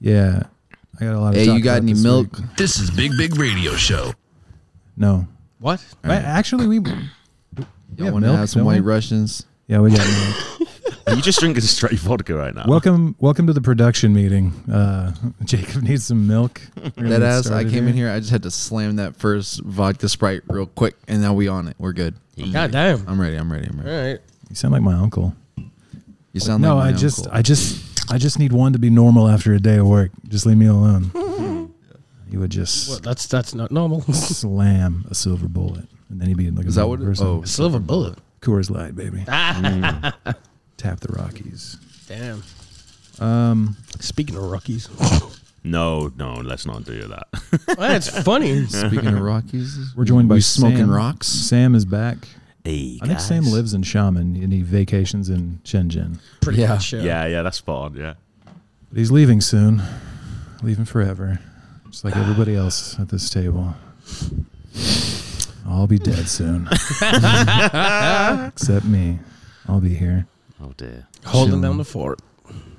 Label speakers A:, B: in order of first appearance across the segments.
A: Yeah. I got a lot of
B: Hey, you
A: talk
B: got
A: about
B: any
A: this
B: milk?
A: week.
C: This is Big Big Radio Show.
A: No.
D: What?
A: Right, Actually, we.
B: Y'all
A: have
B: want to
A: milk,
B: have some
A: don't
B: white
A: we?
B: Russians?
A: Yeah, we got milk.
E: Are you just drinking straight vodka right now?
A: Welcome, welcome to the production meeting. Uh, Jacob needs some milk. We're gonna
B: That
A: get
B: ass. I
A: started
B: came in here. I just had to slam that first vodka sprite real quick, and now we on it. We're good. I'm ready.
D: God damn.
B: I'm ready. I'm ready. I'm
D: All
B: ready.
D: right.
A: You sound like my uncle.
B: You sound
A: no,
B: like
A: I
B: my
A: just,
B: uncle.
A: I just, I just need one to be normal after a day of work. Just leave me alone. He would just
D: Well, that's that's not normal.
A: slam a silver bullet, and then he'd be like, a
B: Is that what?
A: normal
B: It,
A: person.
B: oh,
D: Silver bullet.
A: Coors Light, baby. Tap the Rockies.
D: Damn. Um. Speaking of Rockies,
E: No, no, let's not do that.
D: that's funny.
B: speaking of Rockies,
A: We're joined by
B: we smoking
A: Sam.
B: rocks?
A: Sam is back.
E: hey,
A: I think Sam
E: guys.
A: lives in Shaman and he vacations in Shenzhen.
D: Pretty
B: Yeah.
D: much. uh,
E: Yeah, yeah, that's spot on. Yeah.
A: But he's leaving soon, leaving forever, just like everybody else at this table. I'll be dead soon. Except me. I'll be here.
E: Oh dear.
D: Holding
B: Chilling.
D: down the fort.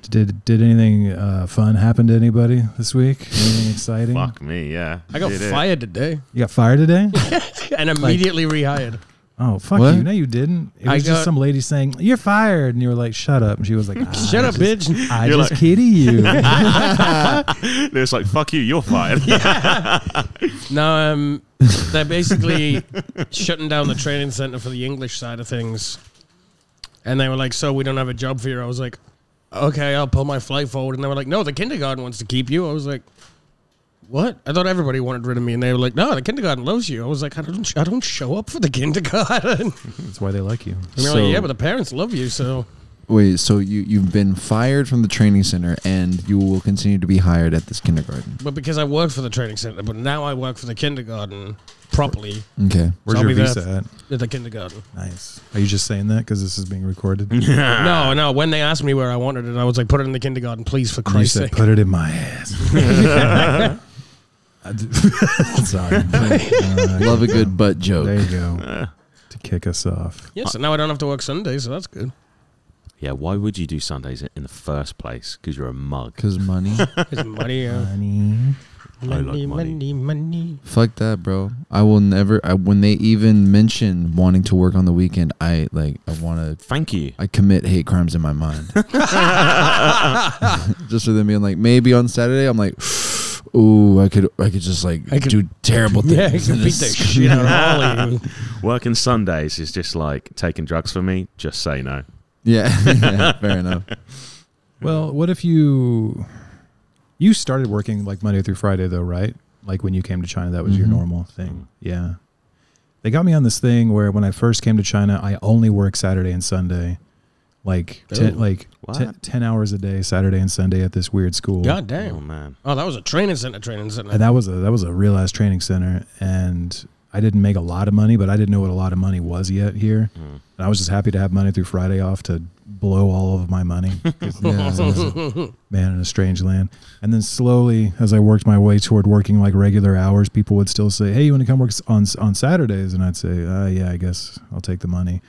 A: Did did anything uh, fun happen to anybody this week? Anything exciting?
E: Fuck me. Yeah.
D: I got
E: Did it.
D: fired today
A: You got fired today?
D: and immediately rehired.
A: Oh fuck
B: What?
A: you! No, you didn't. It was
D: I
A: just
D: got-
A: some lady saying you're fired, and you were like, "Shut up!" And she was like, "Ah,
D: Shut up, bitch.
A: I
E: You're
A: just
E: like-
A: kidding you."
E: It's like fuck you. You're fired.
D: No, um, they're basically shutting down the training center for the English side of things. And they were like, "So we don't have a job for you." I was like, "Okay, I'll pull my flight forward." And they were like, "No, the kindergarten wants to keep you." I was like, "What?" I thought everybody wanted rid of me, and they were like, "No, the kindergarten loves you." I was like, "I don't, I don't show up for the kindergarten."
A: That's why they like you.
D: And they were
B: So-
D: like, "Yeah, but the parents love you, so
B: wait. So you you've been fired from the training center, and you will continue to be hired at this kindergarten.
D: but because I work for the training center, but now I work for the kindergarten properly
B: Okay.
A: Where's
D: I'll
A: your
D: be there.
A: visa at?
D: at the kindergarten."
A: Nice. Are you just saying that because this is being recorded?
D: No, no. When they asked me where I wanted it, I was like, "Put it in the kindergarten, please, for
A: You
D: Christ's
A: said,
D: sake."
A: put it in my ass. I d- Sorry. Uh,
B: Love a good butt
A: there
B: joke.
A: you go. to kick us off.
D: Yeah, so now I don't have to work Sunday, so that's good.
E: yeah. Why would you do Sundays in the first place? Because you're a mug.
B: Cause money.
D: It's money, uh,
A: Honey.
E: like
D: money,
E: money.
D: money, money.
B: Fuck that, bro. I will never. I, when they even mention wanting to work on the weekend, I like. I want to.
E: Thank you.
B: I commit hate crimes in my mind. just for them being like, maybe on Saturday, I'm like, ooh, I could, I could just like
D: I could-
B: do terrible things.
D: Yeah, you can
B: and
D: beat the
B: just-
D: shit out of all of you.
E: Working Sundays is just like taking drugs for me. Just say no.
B: yeah, yeah, fair enough.
A: Well, what if you you started working like Monday through Friday though, right? Like when you came to China, that was your
B: Mhm.
A: normal thing. Yeah. They got me on this thing where when I first came to China, I only work Saturday and Sunday. Like ten,
D: Oh.
A: like
E: What?
A: ten, 10 hours a day Saturday and Sunday at this weird school.
D: God
E: Oh
D: damn!
E: man.
D: Oh, that was a training center, training center.
A: and that was a that was a real ass training center and I didn't make a lot of money, but I didn't know what a lot of money was yet here. And I was just happy to have Monday through Friday off to blow all of my money. 'Cause I was a man in a strange land. And then slowly, as I worked my way toward working like regular hours, people would still say, "Hey, you want to come work s- on s- on Saturdays?" And I'd say, uh, "Yeah, I guess I'll take the money,"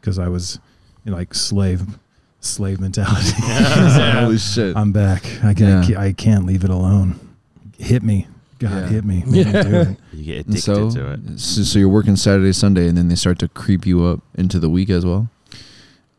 A: because I was you know, like slave slave mentality.
B: Holy shit.
A: I'm back. I can't. I
B: Yeah.
A: can't- I can't leave it alone. Hit me, God,
B: Yeah.
A: hit me. Make me do it.
E: You get
B: And
E: addicted
B: so,
E: to it.
B: so, so you're working Saturday, Sunday, and then they start to creep you up into the week as well.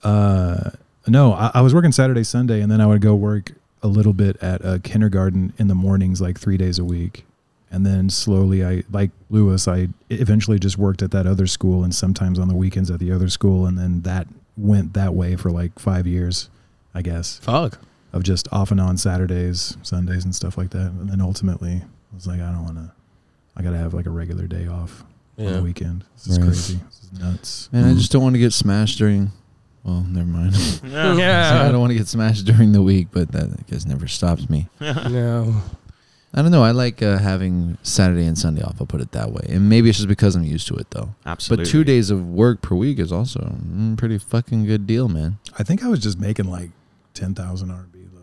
A: Uh, no, I, I was working Saturday, Sunday, and then I would go work a little bit at a kindergarten in the mornings, like three days a week. And then slowly, I like Lewis. I eventually just worked at that other school, and sometimes on the weekends at the other school. And then that went that way for like five years, I guess.
D: Fuck.
A: of just off and on Saturdays, Sundays, and stuff like that. And then ultimately, I was like, I don't want to. I gotta have like a regular day off on
D: Yeah.
A: the weekend. This is
B: Right.
A: crazy. This is nuts.
B: Man, I
D: Mm-hmm.
B: just don't want to get smashed during. Well, never mind. I
D: Yeah.
B: don't want to get smashed during the week, but that I guess never stops me.
D: No.
B: I don't know. I like uh, having Saturday and Sunday off. I'll put it that way, and maybe it's just because I'm used to it, though.
E: Absolutely.
B: But two days of work per week is also mm, pretty fucking good deal, man.
A: I think I was just making like ten thousand RB though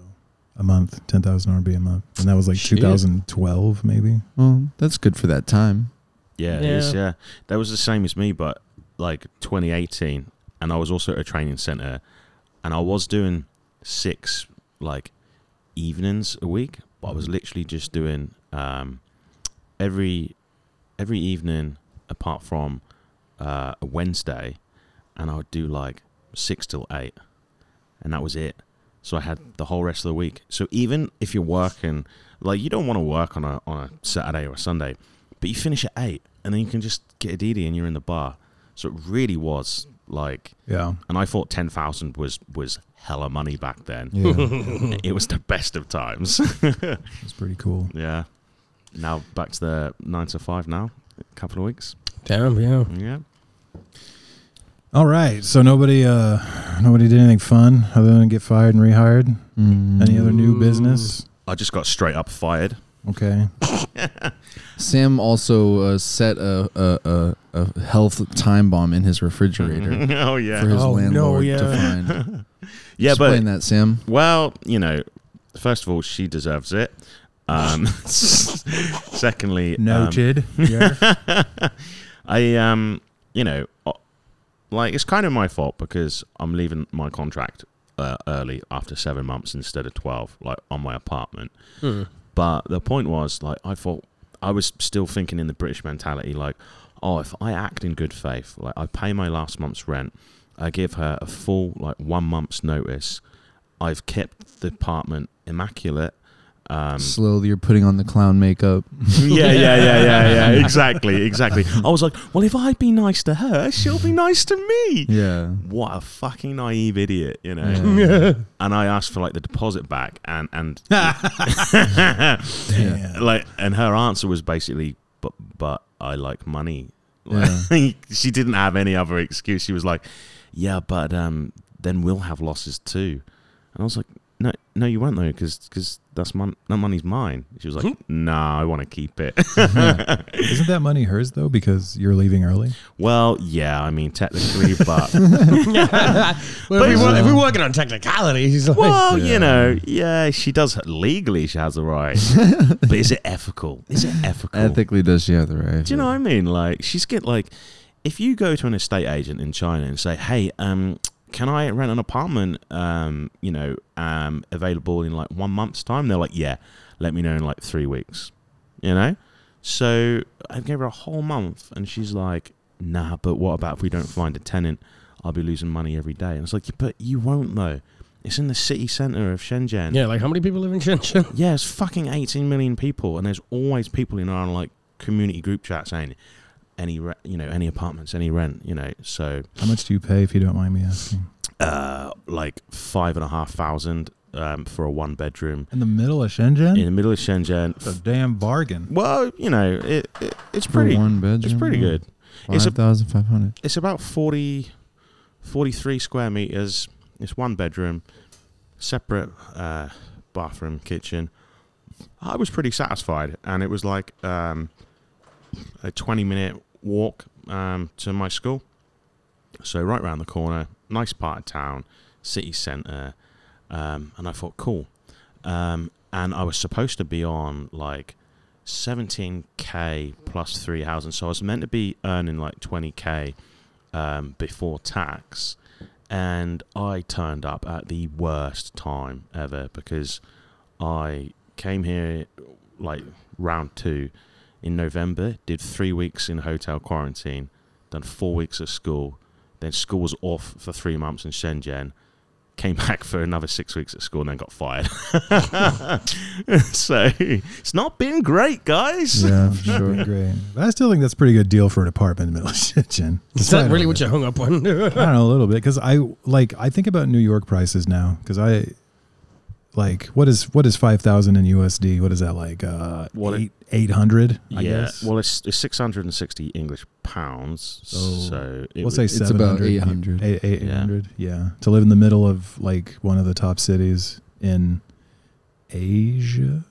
A: a month, ten thousand RB a month, and that was like
D: Shit.
A: 2012 maybe.
B: Well, that's good for that time.
E: Yeah, it is,
D: Yeah.
E: yeah. That was the same as me, but like 2018, and I was also at a training center, and I was doing six like evenings a week,
F: but I was literally just doing um, every every evening apart from uh, a Wednesday, and I would do like six till eight, and that was it. So I had the whole rest of the week. So even if you're working, like you don't want to work on a on a Saturday or a Sunday, but you finish at eight, and then you can just get a DD and you're in the bar. So it really was like,
A: Yeah.
F: and I thought ten thousand was was hella money back then.
B: Yeah.
F: It was the best of times.
A: It's pretty cool.
F: Yeah. Now back to the nine to five now. A couple of weeks.
D: Damn, yeah.
F: Yeah.
A: All right. So nobody uh nobody did anything fun other than get fired and rehired?
B: Mm.
A: Any other new business?
F: I just got straight up fired.
A: Okay.
B: Sam also uh, set a, a, a, a health time bomb in his refrigerator
F: oh
B: for
F: yeah.
B: his
D: Oh, no,
B: landlord to
D: yeah.
B: find.
F: Yeah,
B: Explain
F: but
B: that, Sam.
F: well, you know, first of all, she deserves it. Um secondly, um,
A: Noted. yeah.
F: I um, you know, uh, like it's kind of my fault because I'm leaving my contract uh, early after seven months instead of twelve, like on my apartment. But the point was, like, I thought I was still thinking in the British mentality, like, oh, if I act in good faith, like I pay my last month's rent, I give her a full like one month's notice. I've kept the apartment immaculate. Um,
B: Slowly, you're putting on the clown makeup.
F: yeah, yeah, yeah, yeah, yeah. Exactly, exactly. I was like, well, if I be nice to her, she'll be nice to me.
B: Yeah.
F: What a fucking naive idiot, you know.
B: Yeah.
F: And I asked for like the deposit back, and and
A: Yeah.
F: like, and her answer was basically, but but I like money.
B: Yeah.
F: Like, she didn't have any other excuse. She was like, yeah, but um, then we'll have losses too. And I was like, no, no, you won't though, because that's mon- that money's mine. She was like, nah, I want to keep it.
A: Isn't that money hers though because you're leaving early?
F: Well, yeah, I mean technically, but
D: Well, if, we,
B: But-
D: were- if we're working on technicalities, like,
F: well, you know, yeah, she does legally. She has a right, but is it ethical? Is it ethical?
B: Ethically, does she have the right?
F: Do you know what I mean? Like, she's get like, if you go to an estate agent in China and say, "Hey, um, can I rent an apartment? Um, you know, um, available in like one month's time?" They're like, "Yeah, let me know in like three weeks." You know, so I gave her a whole month, and she's like, "Nah, but what about if we don't find a tenant? I'll be losing money every day." And it's like, "But you won't though. It's in the city center of Shenzhen.
D: yeah, like how many people live in Shenzhen?
F: Yeah, it's fucking 18 million people, and there's always people in our like community group chat saying any re- you know any apartments, any rent, you know. So
A: How much do you pay if you don't mind me asking?
F: uh, like five and a half thousand um, for a one bedroom
A: In the middle of Shenzhen?
F: in the middle of Shenzhen.
A: It's a damn bargain.
F: Well, you know it, it it's
B: For
F: pretty
B: one bedroom.
F: it's pretty good. It's a-
B: Five thousand five hundred.
F: It's about 40, 43 square meters. It's one bedroom, separate uh, bathroom, kitchen. I was pretty satisfied, and it was like um, a twenty-minute walk um, to my school. So right round the corner, nice part of town, city centre, um, and I thought cool. Um, and I was supposed to be on like 17k plus three thousand, so I was meant to be earning like 20k um, before tax, and I turned up at the worst time ever because I came here like round two in November, did three weeks in hotel quarantine, done four weeks at school, then school was off for three months in Shenzhen. Came back for another six weeks at school and then got fired. so it's not been great, guys.
B: Yeah,
A: I'm
B: for sure.
A: Great. But I still think that's a pretty good deal for an apartment in the middle of Shenzhen.
D: Is that really what you hung up on?
A: I don't know a little bit because I like I think about New York prices now because I like what is what is five thousand in USD? What is that like? Uh,
F: Well, it-
A: eight eight hundred? I
F: yeah.
A: guess.
F: Well, it's, it's 660 English pounds.
A: So,
F: so it
A: we'll
F: was-
A: say
B: It's about
A: 700.
B: 800.
A: Eight- eight- 800, yeah. To live in the middle of like one of the top cities in Asia.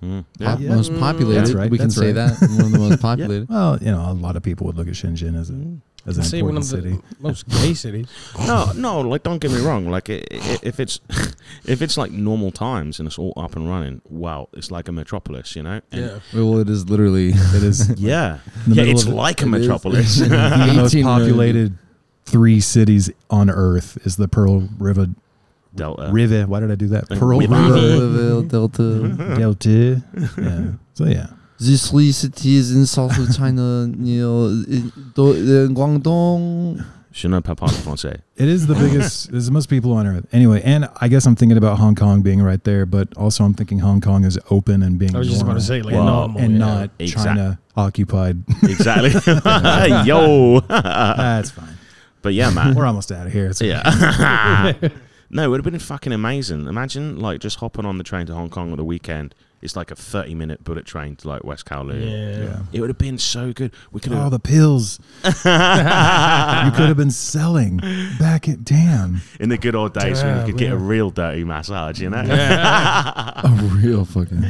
F: Mm, yeah.
B: Pop- Most populated.
A: That's right,
B: We can
A: that's
B: say
A: right.
B: that one of the most populated.
A: Well, you know, a lot of people would look at Shenzhen as, a, as an
D: Mm. Say one
A: important
D: of the
A: city.
D: most gay cities.
F: No, no, like don't get me wrong. Like i i if it's if it's like normal times and it's all up and running, wow, it's like a metropolis, you know. And
D: Yeah.
B: Well, it is literally
A: It is
F: yeah,
A: the
F: yeah,
A: middle
F: it's
A: of-
F: like
B: it
F: a
B: is.
F: metropolis.
A: the most
B: 18 million.
A: populated three cities on Earth is the Pearl River
F: Delta.
A: River. Why did I do that?
F: Like
A: Pearl
F: with-
A: River
B: Royal Delta.
A: Delta. Yeah. So yeah.
B: This Li city is in south of China near in, Do- in Guangdong.
F: Je ne parle pas français.
A: It is the biggest. There's the most people on earth. Anyway, and I guess I'm thinking about Hong Kong being right there, but also I'm thinking Hong Kong is open and being
D: I was just about to
A: normal
D: say like
F: Well,
D: normal
A: and
D: yeah.
A: not
F: Exact-
A: China occupied.
F: Exactly. Yo.
A: That's fine.
F: but yeah, man.
A: We're almost out of here. It's
F: Ah, Yeah. no, it would have been fucking amazing. Imagine like just hopping on the train to Hong Kong on the weekend. It's like a thirty-minute bullet train to like West Kowloon.
D: Yeah.
A: Yeah.
F: It would have been so good. We could
A: All
F: have.
A: the pills you could have been selling back at damn.
F: in the good old days when
D: Damn,
F: you could get a
D: yeah.
F: real dirty massage, you know.
B: A real fucking.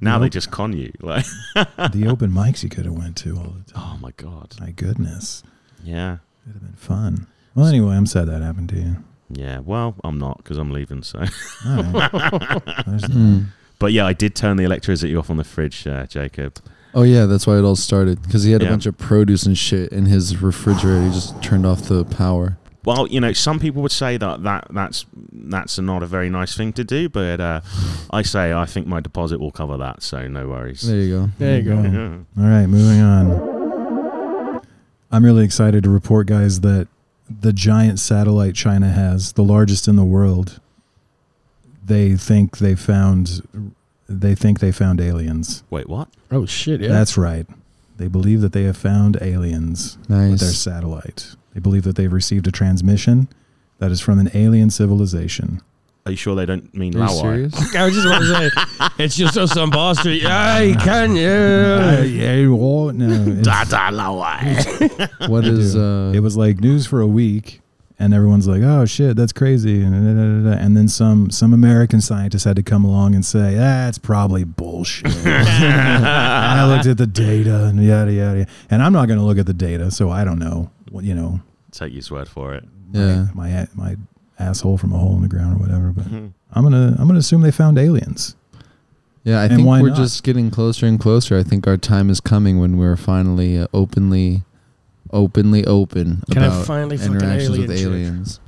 F: now they
A: Nope.
F: just con you. Like,
A: The open mics you could have went to all the time.
F: oh my god.
A: My goodness,
F: Yeah,
A: it'd have been fun. Well, anyway, I'm sad that happened to you.
F: yeah. Well, I'm not because I'm leaving. So,
A: All right. There's-
B: Mm.
F: but yeah, I did turn the electricity off on the fridge, uh, Jacob.
B: Oh yeah, that's why it all started because he had
F: Yeah.
B: a bunch of produce and shit in his refrigerator. He just turned off the power.
F: Well, you know, some people would say that, that that's that's not a very nice thing to do, but uh, I say I think my deposit will cover that, so no worries.
B: There you go.
D: There you go.
F: Yeah.
A: All right, moving on. I'm really excited to report, guys, that the giant satellite China has, the largest in the world, they think they found they think they found aliens.
F: Wait, what?
D: Oh shit! Yeah.
A: That's right. They believe that they have found aliens with their
B: Nice.
A: satellite. They believe that they've received a transmission that is from an alien civilization.
F: Are you sure they don't mean
B: Are you
F: Lawai?
B: serious?
D: I was just about to say, it's just us on Ball Street. I can
A: Uh,
D: you?
A: yeah, well, oh, no, it's-
F: Da da Lawai.
B: What is uh?
A: it was like news for a week and everyone's like oh shit that's crazy and, da, da, da, da. and then some some american scientist had to come along and say that's probably bullshit and i looked at the data and yada yada yada. and i'm not going to look at the data so i don't know what you know
F: Take his word for it.
B: yeah.
A: my a- my asshole from a hole in the ground or whatever but i'm going to i'm going to assume they found aliens
B: Yeah, I
A: And
B: think
A: why
B: we're
A: not?
B: just getting closer and closer. I think our time is coming when we're finally uh, openly, openly open
D: Can I
B: about
D: finally fuck an
B: interactions with
D: alien chick?
B: aliens.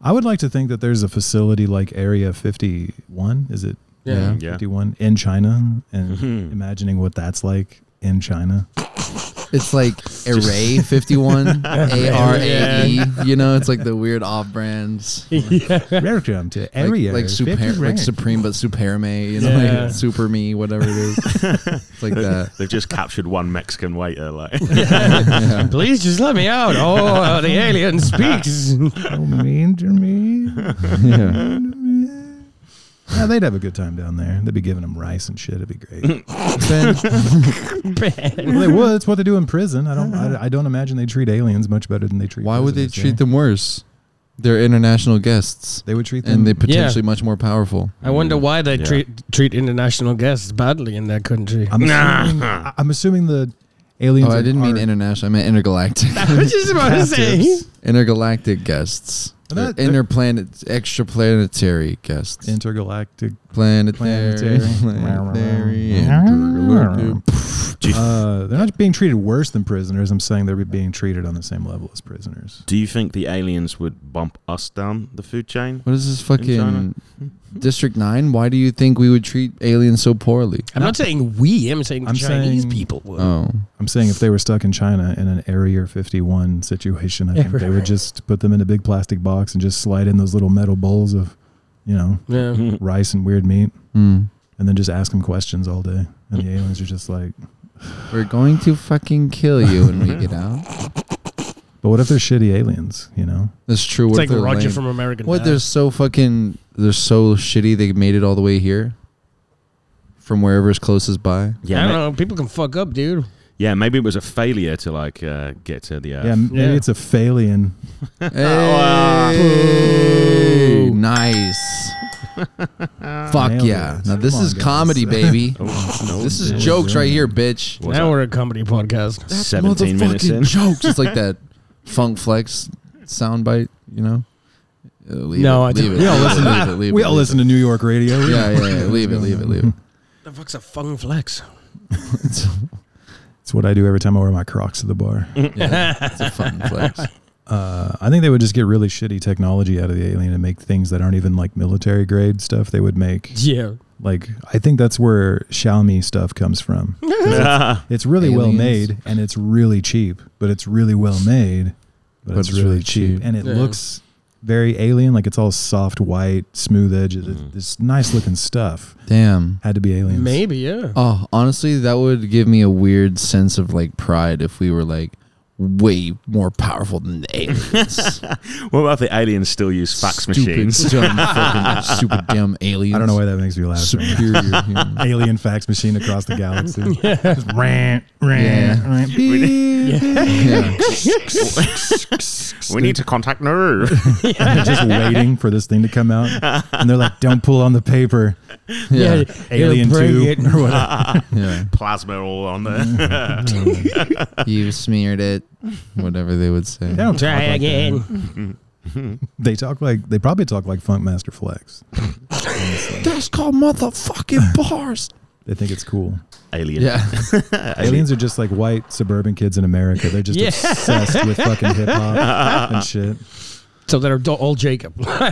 A: i would like to think that there's a facility like area 51 is it
B: Yeah.
F: Yeah.
A: 51 in china and
F: Mhm.
A: imagining what that's like in china
B: It's like Array Fifty One, A R A E. You know, it's like the weird off brands.
A: Welcome to
B: Like,
A: area
B: like, super,
A: 50
B: like
A: rank.
B: Supreme, but Superme, you know,
D: Yeah.
B: like Super Me, whatever it is. it's like that.
F: They've just captured one Mexican waiter. Like,
D: Please just let me out. Oh, the alien speaks.
A: So mean to me.
B: Yeah.
A: Yeah, they'd have a good time down there. They'd be giving them rice and shit. It'd be great.
B: Ben,
A: well, they would. It's what they do in prison. I don't. I, I don't imagine they treat aliens much better than they treat.
B: why would they
A: prisoners,
B: treat
A: yeah.
B: them worse? They're international guests,
A: They would treat them.
B: and they potentially much more powerful.
D: I wonder why they
F: Yeah.
D: treat treat international guests badly in that country.
A: I'm assuming, I- I'm assuming the aliens.
B: Oh, I
A: are-
B: didn't mean
A: are-
B: international. I meant intergalactic.
D: I was just about to say.
B: intergalactic guests.
A: And that-
B: Or Interplanet, extraplanetary guests.
A: intergalactic.
B: planetary.
A: Planetary.
B: planetary intergalactic.
A: Uh, they're not being treated worse than prisoners. I'm saying they're being treated on the same level as prisoners.
F: do you think the aliens would bump us down the food chain?
B: What is this
F: China.
B: fucking District Nine? Why do you think we would treat aliens so poorly?
D: I'm not saying we. I'm saying
A: I'm
D: Chinese
A: saying-
D: people would.
B: Oh,
A: I'm saying if they were stuck in China in an Area 51 situation, I think they would just put them in a big plastic box and just slide in those little metal bowls of, you know,
D: Yeah.
A: rice and weird meat,
B: Hmm.
A: and then just ask them questions all day. And the aliens are just like,
B: we're going to fucking kill you when we get out.
A: but what if they're shitty aliens? You know,
B: That's true.
D: It's
B: What
D: like
B: if they're
D: Roger
B: lame?
D: from American
B: What?
D: Dad.
B: They're so fucking. They're so shitty. They made it all the way here. From wherever's closest by.
F: Yeah,
D: I
F: ma-
D: don't know. People can fuck up, dude.
F: yeah. Maybe it was a failure to like uh, get to the earth.
A: yeah, maybe
D: Yeah.
A: it's a phalian.
B: Oh, Hey, nice. Fuck
A: Nailed
B: yeah.
A: it.
B: Now this
A: Come
B: is
A: on, guys.
B: comedy, baby.
F: Oh, no,
B: this is
A: dude.
B: jokes right here, bitch.
F: What's
D: now
F: that?
D: we're a comedy podcast.
F: seventeen minutes
B: Motherfucking
F: in.
B: jokes. It's like that funk flex soundbite, you know? Uh, leave
D: No,
B: it,
D: I
B: leave
D: don't-
B: it.
D: We all
B: leave it,
D: listen to-
B: leave it, leave
A: we
B: it,
A: all
B: leave
A: listen
B: it.
A: to New York radio. We
B: Yeah,
A: don't-
B: yeah, yeah. Leave it, leave it, leave it.
D: The fuck's a fun flex.
B: It's,
A: It's what I do every time I wear my Crocs to the bar.
B: yeah, it's a fun flex.
A: uh, I think they would just get really shitty technology out of the alien and make things that aren't even like military grade stuff. They would make
D: Yeah.
A: like I think that's where Xiaomi stuff comes from. It's really well
B: Aliens.
A: made and it's really cheap, but it's really well made, but, it's, really, cheap. and it
D: Yeah.
A: looks very alien. Like it's all soft white, smooth edges. It's, it's nice looking stuff.
B: Damn.
A: Had to be aliens.
D: Maybe, yeah.
B: Oh, honestly, that would give me a weird sense of like pride if we were like way more powerful than the aliens.
F: What about if the aliens still use fax
B: stupid,
F: machines?
B: dumb, fucking, stupid, dumb aliens.
A: I don't know why that makes me laugh. so much.
B: Superior human.
A: Alien fax machine across the galaxy. Just rant, rant,
B: Yeah.
A: rant.
B: Yeah.
E: we need to contact Naru.
A: They're just waiting for this thing to come out, and they're like, "Don't pull on the paper,
B: Yeah.
D: Yeah.
A: Alien
D: bring
A: Two
D: it.
A: or whatever."
B: yeah.
E: Plasma all on
D: Mm.
E: there.
B: You smeared it. Whatever they would say.
A: They don't
D: Try
A: talk like that.
D: again.
A: They talk like they probably talk like Funk Master Flex.
B: That's called motherfucking bars.
A: They think it's cool.
F: Alien.
B: Yeah.
A: Aliens are just like white suburban kids in America. They're just
D: Yeah.
A: obsessed with fucking hip hop and shit.
D: So they're do- all Jacob.
A: Uh,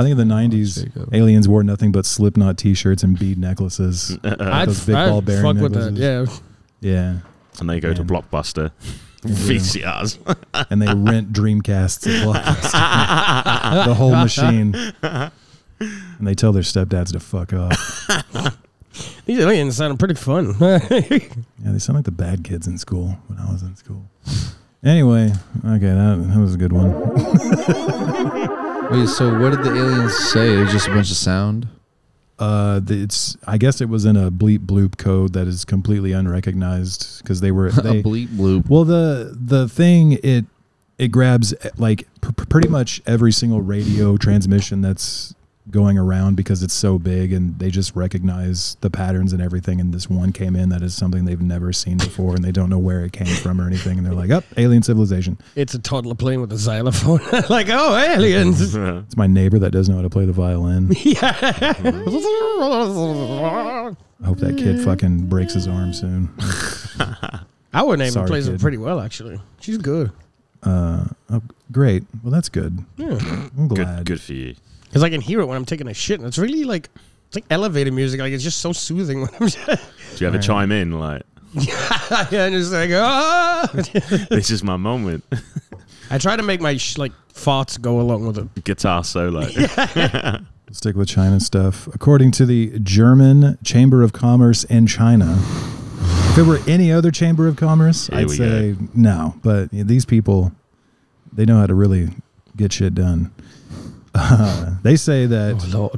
A: I think in the '90s,
B: Jacob.
A: aliens wore nothing but Slipknot T-shirts and bead necklaces.
D: I'd,
A: Those big ball
D: I'd
A: bearing
D: fuck with that.
A: necklaces.
D: Yeah.
A: Yeah,
F: And they go to
A: Yeah.
F: Blockbuster. VCRs.
A: and they rent Dreamcasts at Blockbuster. the whole machine. And they tell their stepdads to fuck off.
D: These aliens sound pretty fun.
A: Yeah, they sound like the bad kids in school when I was in school. Anyway, okay, that, that was a good one.
B: Wait, so what did the aliens say? It was just a bunch of sound?
A: Uh, the- it's I guess it was in a bleep bloop code that is completely unrecognized because they were they,
B: a bleep bloop.
A: Well, the the thing it it grabs eh, like pr- pr- pretty much every single radio transmission that's going around because it's so big and they just recognize the patterns and everything and this one came in that is something they've never seen before and they don't know where it came from or anything and they're like, "Up, alien civilization."
D: it's a toddler playing with a xylophone. like, oh, aliens.
A: It's my neighbor that doesn't know how to play the violin. I hope that kid fucking breaks his arm soon.
D: Our neighbor
A: Sorry,
D: plays it
A: kid.
D: pretty well, actually. She's good.
A: Uh, oh, great. Well, that's good. I'm glad.
F: Good, good for you.
D: Because I can hear it when I'm taking a shit, and it's really like it's like elevator music. Like it's just so soothing when I'm
F: Do you ever chime in like,
D: yeah, just like ah.
F: this is my moment?
D: I try to make my sh- like farts go along with it.
F: Guitar solo.
A: Stick with China stuff. According to the German Chamber of Commerce in China, if it were any other Chamber of Commerce,
F: Here
A: I'd
F: we
A: say no. But you know, these people, they know how to really get shit done. Uh, they say that
D: Lord,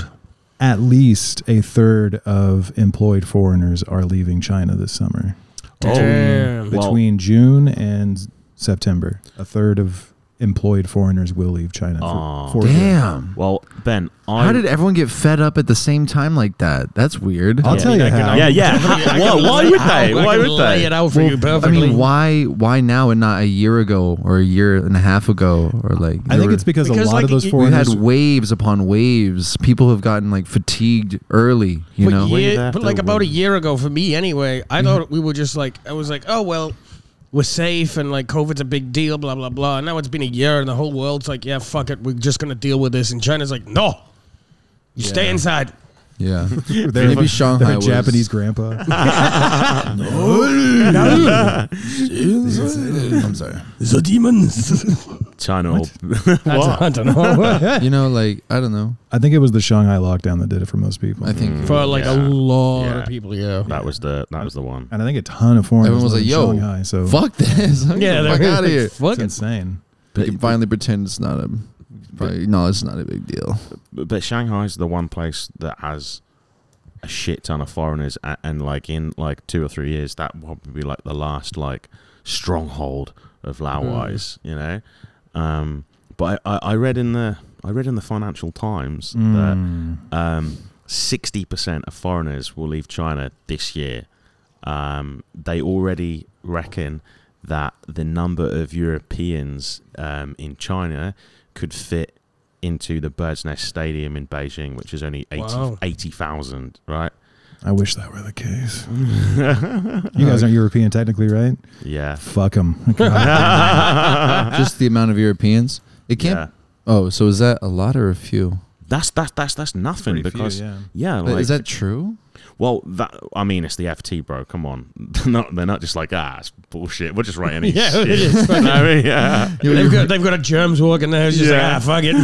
A: at least a third of employed foreigners are leaving China this summer
F: Oh.
D: Oh, damn.
F: Well-
A: between June and September. A third of employed foreigners will leave China.
F: Aw.
A: for, for
B: Damn.
F: Well, Ben, I.
B: How did everyone get fed up at the same time like that? That's weird.
A: I'll tell you how.
F: yeah, yeah. Whoa, why would they?
D: I
F: Why
D: can
F: would
D: lay
F: they?
D: it out for you
B: I
D: perfectly.
B: mean, why why now and not a year ago or a year and a half ago or like
A: I
B: there
A: think
B: were-
A: it's because,
D: Because,
A: a lot
D: like,
A: of those
D: you- you
B: we had
A: foreigners
B: waves upon waves. People have gotten like fatigued early, you
D: but,
B: know.
D: year-
E: Wait
D: but like
E: after
D: about a
E: when-
D: year ago for me anyway,
F: Mm-hmm.
D: I thought we were just like I was like, oh well, we're safe and like COVID's a big deal, blah blah blah. And now it's been a year and the whole world's like, yeah, fuck it, we're just gonna deal with this. And China's like, no, you stay inside.
B: yeah.
A: They're
B: Maybe
A: like-
B: Shanghai
A: they're
B: was-
A: Japanese grandpa.
D: Mm.
B: I'm sorry.
D: The demons.
F: China. all-
D: That's- I don't know.
B: You know, like I don't know.
A: I think it was the Shanghai lockdown that did it for most people.
B: I think
D: For like a
F: Yeah.
D: lot
F: Yeah.
D: of people, yeah.
F: That was the that was the one.
A: and I think a ton of foreigners.
B: everyone was
A: live
B: like,
A: in
B: "Yo,
A: Shanghai," so
B: fuck this! yeah,
D: they're
B: fuck out of here.
D: Fuck
A: it's
D: it.
A: insane.
B: We can finally pretend it's not a. Probably, no, it's not a big deal.
E: But but Shanghai's the one place that has a shit ton of foreigners, and, and like in like two or three years, that will probably be like the last like stronghold of Laowais, you know. Um, but I, I, I read in the I read in the Financial Times
A: Mm.
E: that um sixty percent of foreigners will leave China this year. Um, they already reckon that the number of Europeans um, in China could fit into the Bird's Nest Stadium in Beijing, which is only 80
D: Wow.
E: 80,000, right?
A: I wish that were the case. you guys aren't European technically, right?
F: Yeah.
A: Fuck them.
B: Just the amount of Europeans. It can't.
F: Yeah.
B: Oh, so is that a lot or a few?
F: That's that's that's that's nothing because
A: yeah.
F: yeah,
B: But
F: like,
B: is that true?
F: well, that I mean, it's the FT, bro. Come on, they're not they're not just like ah, it's bullshit. We're just writing any
D: Yeah,
F: shit.
D: it is.
F: You know what I mean, yeah.
D: They've got, they've got a germs walking there. It's just like,
F: Yeah.
D: ah, fuck it.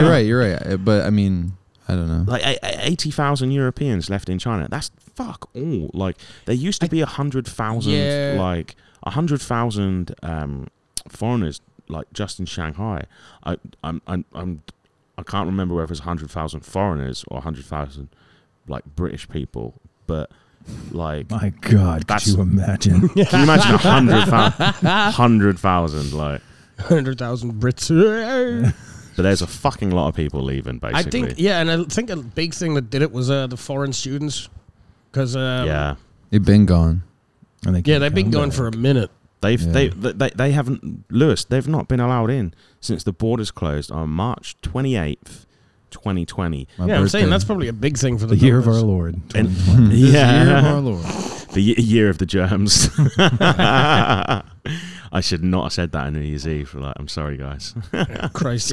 B: you're right. You're right. Uh, But I mean, I don't know.
F: like e- e- 80,000 Europeans left in China. That's fuck all. Like there used to be 100,000
D: Yeah.
F: like 100,000 um foreigners like just in Shanghai. I I'm I'm, I'm I can't remember whether it's 100,000 foreigners or 100,000 like British people, but like
A: My God, could
F: That's-
A: you imagine?
F: can you imagine 100,000 100,000 like
D: 100,000 Brits.
F: but there's a fucking lot of people leaving basically.
D: I think, yeah, and I think a big thing that did it was uh, the foreign students. Because, um,
F: yeah.
B: They've been gone.
A: And they
D: yeah,
A: can't
D: they've been
A: come
D: going
A: back.
D: for a minute.
F: They've
B: Yeah.
F: they, they they haven't Lewis. They've not been allowed in since the borders closed on March twenty eighth, twenty twenty.
B: My
D: yeah, I'm saying
B: birthday.
D: that's probably a big thing for the,
A: the year of our
D: numbers.
A: Lord.
F: And-
A: 2020.
B: Hmm. Year of
F: Yeah,
B: our Lord.
F: the ye- year of the germs. I should not have said that on New Year's Eve. Like, I'm sorry, guys.
D: Christ,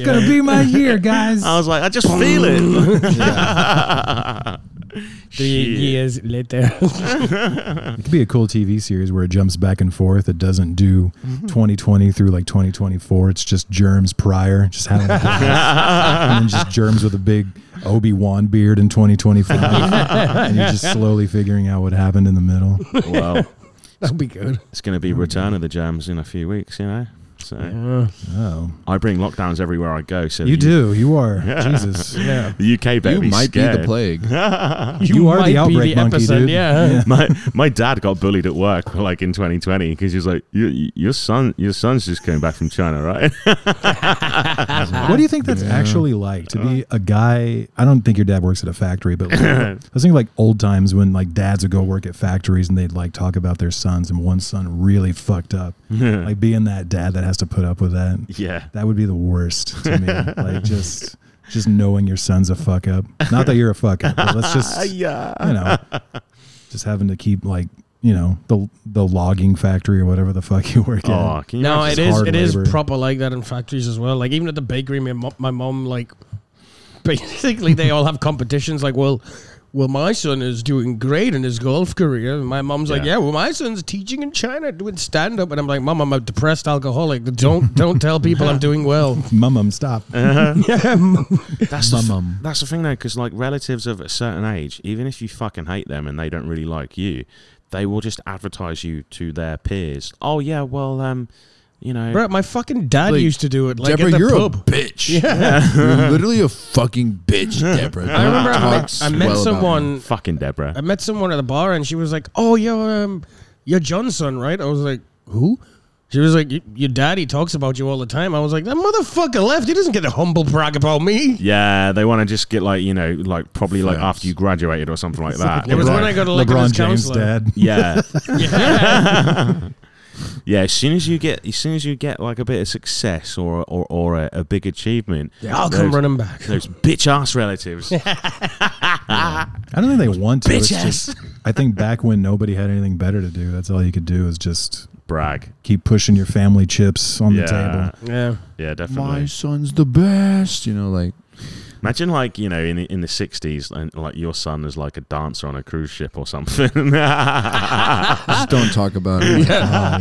A: It's
D: yeah.
A: gonna be my year, guys.
F: I was like, I just feel it.
D: Three
F: Shit.
D: years later.
A: it could be a cool TV series where it jumps back and forth. It doesn't do
D: Mm-hmm.
A: 2020 through like 2024. It's just germs prior, just having a blast. and then just germs with a big Obi Wan beard in 2025. and you're just slowly figuring out what happened in the middle.
F: Well,
D: That'll be good.
F: it's going to be return of the germs in a few weeks, you know. So
A: Oh,
F: I bring lockdowns everywhere I go. So
A: you do. You are Jesus.
D: Yeah.
F: The UK better
B: You
F: be
B: might
F: scared.
B: be the plague.
A: You, are
D: might
A: the
D: be
A: outbreak
D: the
A: monkey,
D: episode,
A: dude.
D: yeah.
F: my my dad got bullied at work like in 2020 because he was like, your, "Your son, your son's just came back from China, right?"
A: What do you think that's actually like to be a guy? I don't think your dad works at a factory, but like, I was thinking like old times when like dads would go work at factories and they'd like talk about their sons, and one son really fucked up. like being that dad that has to put up with that,
F: yeah,
A: that would be the worst to me. like just just knowing your son's a fuck up. Not that you're a fuck up, but let's just you
F: yeah.
A: know, just having to keep like you know the the logging factory or whatever the fuck you work
F: Oh,
A: at.
F: can you?
D: No,
F: imagine-
D: it is
A: hard
D: it is
A: labor.
D: proper like that in factories as well. Like even at the bakery, my mom, my mom like basically they all have competitions. Like, well, well, my son is doing great in his golf career. And my mom's like,
F: Yeah.
D: yeah, well, my son's teaching in China, doing stand up, and I'm like, mom, I'm a depressed alcoholic. Don't don't tell people I'm doing well.
A: Mum, mum, stop.
F: that's the, f-
B: mum.
F: that's the thing though, because like relatives of a certain age, even if you fucking hate them and they don't really like you, they will just advertise you to their peers. Oh yeah, well, um, you know,
D: Bro, my fucking dad
B: Like,
D: used to do it. Like at
B: Deborah,
D: the
B: you're a
D: pub.
B: bitch. You're literally a fucking bitch, Deborah.
D: I remember I met, I met someone
F: fucking Deborah.
D: I met someone at a bar and she was like, "Oh, you're um, you're Johnson, right?" I was like, "Who?" She was like, "Y- "Your daddy talks about you all the time." I was like, "That motherfucker left. He doesn't get to humble brag about me."
F: yeah, they want to just get like you know, like probably like
B: Facts.
F: after you graduated or something like that.
D: It was
A: LeBron-
D: when I got elected
A: LeBron
D: as
A: James'
D: counselor.
A: dad.
F: yeah,
D: Yeah.
F: Yeah, as soon as you get, as soon as you get like a bit of success or or, or a, a big achievement,
D: I'll come
F: those,
D: running back.
F: Those bitch ass relatives.
A: I don't think they want to. It's
F: Bitch ass.
A: just, I think back when nobody had anything better to do, that's all you could do is just
F: Brag.
A: keep pushing your family chips on
F: yeah.
A: the table.
D: Yeah.
F: Yeah, definitely.
B: My son's the best. You know, like
F: Imagine like you know in the, in the sixties, and like your son is like a dancer on a cruise ship or something.
B: just don't talk about it.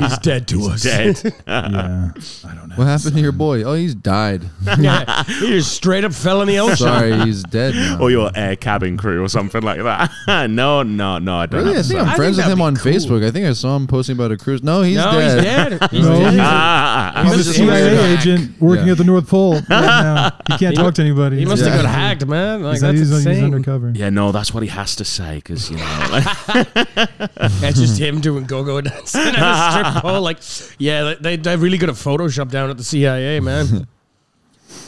D: He's dead to us.
F: Dead.
A: yeah, I don't know.
B: What happened to your boy? Oh, he's died.
D: yeah. He just straight up fell in the ocean.
B: Sorry, he's dead. Now.
F: or your air cabin crew or something like that. no, no, no, I don't.
B: Really? I
F: Have a
B: think
F: son.
B: I'm
D: I
B: friends
D: think
B: with him on
D: that'd be cool.
B: Facebook. I think I saw him posting about a cruise. No, he's
D: no,
B: dead.
D: he's dead. He's
A: No.
D: dead.
F: Ah,
D: He
B: He's
D: must
B: a
D: have got
A: CIA
D: hacked.
A: agent working
B: Yeah.
A: at the North Pole. Right now. He can't talk to anybody.
D: He must
B: Yeah.
D: have got hacked, man. Like
A: He's,
D: that's
A: he's, he's
D: insane.
A: undercover.
F: yeah, no, that's what he has to say because you know. like-
D: That's just
A: Hmm.
D: him doing go-go dancing at a strip pole. Like, yeah, they- they they really got a Photoshop down at the CIA, man.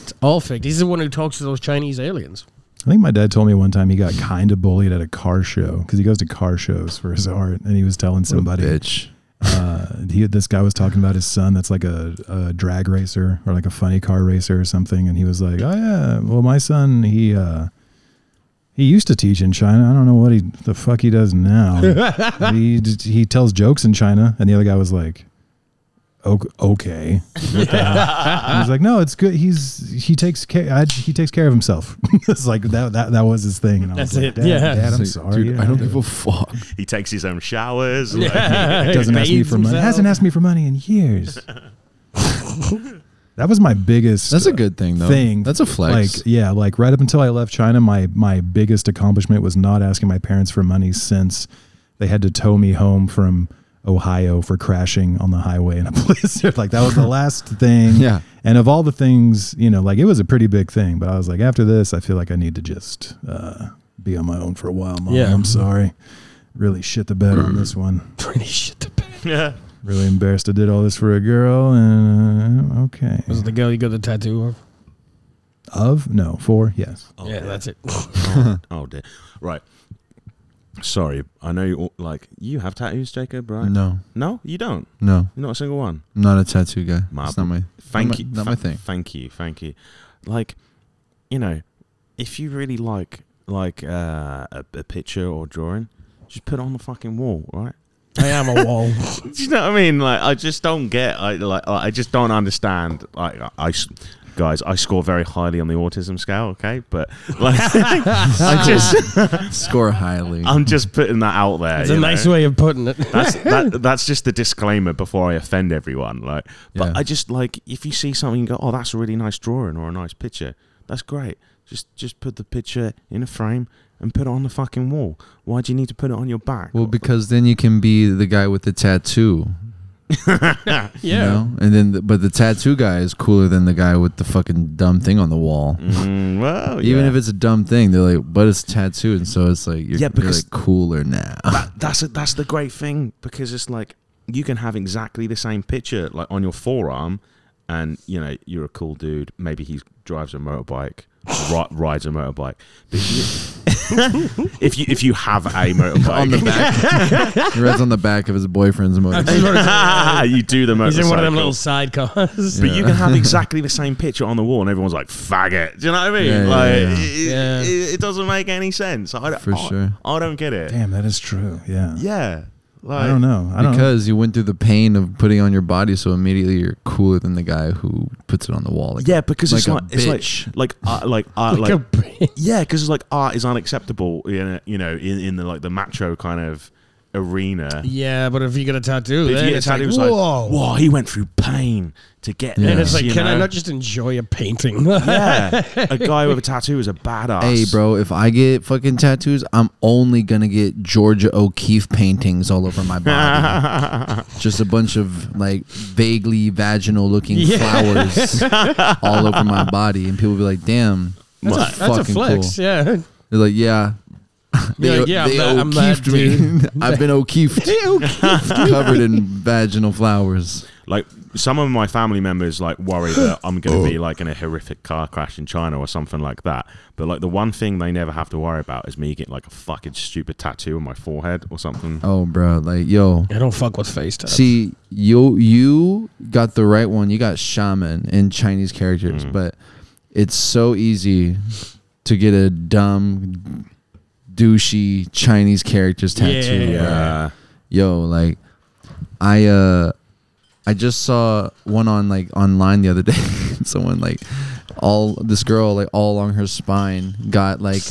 D: it's all fake. He's the one who talks to those Chinese aliens.
A: I think my dad told me one time he got kind of bullied at a car show because he goes to car shows for his art, and he was telling somebody
B: Bitch.
A: uh, he this guy was talking about his son that's like a, a drag racer or like a funny car racer or something, and he was like, "Oh yeah, well my son he." uh He used to teach in China. I don't know what he the fuck he does now. he d- he tells jokes in China, and the other guy was like, "O- "Okay." What the hell? He's like, "No, it's good. He's he takes care. I, he takes care of himself." it's like that that that was his thing. And I
D: That's
A: was like,
D: it.
A: Dad,
D: Yeah.
A: Dad, I'm
B: It's like,
A: sorry.
B: dude.
A: Yeah,
B: I don't give a fuck.
F: He takes his own showers. like-
A: doesn't ask me
D: Bathes
A: for money.
D: himself.
A: Hasn't asked me for money in years. that was my biggest.
B: That's a
A: uh,
B: good thing, though.
A: Thing.
B: That's a flex.
A: Like yeah, like right up until I left China, my my biggest accomplishment was not asking my parents for money since they had to tow me home from Ohio for crashing on the highway in a blizzard. like that was the last thing.
B: Yeah.
A: And of all the things, you know, like it was a pretty big thing, but I was like, after this, I feel like I need to just uh, be on my own for a while, mom.
D: Yeah.
A: I'm sorry. Really shit the bed on this one.
D: Pretty shit to bed.
A: Really embarrassed I did all this for a girl. And uh, okay.
D: Was it the girl you got the tattoo of?
A: Of? No. For? Yes.
F: Oh,
D: yeah,
F: dear.
D: that's it.
F: oh, oh dear. Right. Sorry, I know you all- like you have tattoos, Jacob. Right?
B: No,
F: No, you don't.
B: no,
F: Not a single one.
B: I'm not a tattoo guy.
F: My-
B: It's not my.
F: Thank
B: not my-
F: you.
B: Not my
F: tha-
B: thing.
F: Thank you. Thank you. Like, you know, if you really like like uh, a, a picture or drawing, just put it on the fucking wall, right?
D: I am a wall.
F: Do you know what I mean? Like, I just don't get. I like. I just don't understand. Like, I, I s- guys, I score very highly on the autism scale. Okay, but like, I just,
B: Score highly.
F: I'm just putting that out there.
D: It's a
F: you
D: nice
F: know?
D: way of putting it.
F: That's that, that's just the disclaimer before I offend everyone. Like, but
B: Yeah.
F: I just like if you see something, and go, oh, that's a really nice drawing or a nice picture. That's great. Just just put the picture in a frame and put it on the fucking wall. Why do you need to put it on your back?
B: well, because then you can be the guy with the tattoo.
D: yeah.
B: You know? And then, the, but the tattoo guy is cooler than the guy with the fucking dumb thing on the wall.
F: Mm,
A: Oh,
F: well,
B: Even
F: yeah.
B: if it's a dumb thing, they're like, but it's tattooed, and so it's like you're,
F: Yeah,
B: yeah,
F: because-
B: like cooler now.
F: that's a, that's the great thing because it's like you can have exactly the same picture like on your forearm, and you know you're a cool dude. Maybe he drives a motorbike, ri- rides a motorbike. But you- if you if you have a motorbike
B: on the back, he rides on the back of his boyfriend's motorcycle.
F: you do the
D: He's
F: motorcycle.
D: in one of them little sidecars.
F: But you can have exactly the same picture on the wall, and everyone's like, "Faggot." Do you know what I mean?
B: Yeah, yeah,
F: like,
B: yeah.
F: It,
D: Yeah.
F: It, it doesn't make any sense. I don't,
B: For
F: I-
B: sure.
F: I don't get it.
A: Damn, that is true. Yeah.
F: Yeah, like,
A: I don't know. I don't know.
B: Because you went through the pain of putting on your body, so immediately you're cooler than the guy who puts it on the wall. Like,
F: Yeah, because it's
B: like a
F: like it's
B: bitch.
F: like like art, like art,
D: Like a
F: like,
D: brain.
F: yeah, because it's like art is unacceptable. You know, you know, in, in the like the macho kind of arena.
D: Yeah, but if you get a tattoo,
F: If you
D: then
F: get
D: it's
F: tatted, it
D: like,
F: was
D: whoa.
F: like, whoa, he went through pain to get
B: Yeah.
F: there.
D: And it's like,
F: you
D: can I
F: know?
D: not just enjoy a painting?
F: Yeah, a guy with a tattoo is a badass.
B: Hey, bro, if I get fucking tattoos, I'm only gonna get Georgia O'Keeffe paintings all over my body. Just a bunch of like vaguely vaginal looking
D: Yeah.
B: flowers all over my body, and people be like, "Damn, that's
D: that's, a, that's a
B: fucking
D: flex.
B: cool."
D: Yeah.
B: They're like, "Yeah."
D: You're like, yeah, I'm that- I'm that
B: O'Keeffed I've been O'Keeffed, covered in vaginal flowers.
F: like some of my family members like worry that I'm going to be like in a horrific car crash in China or something like that. But like the one thing they never have to worry about is me getting like a fucking stupid tattoo on my forehead or something.
B: Oh, bro, like, yo,
D: I don't fuck with face tattoos.
B: See, you you got the right one. You got shaman in Chinese characters,
D: Mm-hmm.
B: but it's so easy to get a dumb, douchey Chinese characters tattoo.
D: Yeah.
B: bro.
F: Yeah.
B: Yo, like I uh I just saw one on like online the other day. Someone like all this girl like all along her spine got like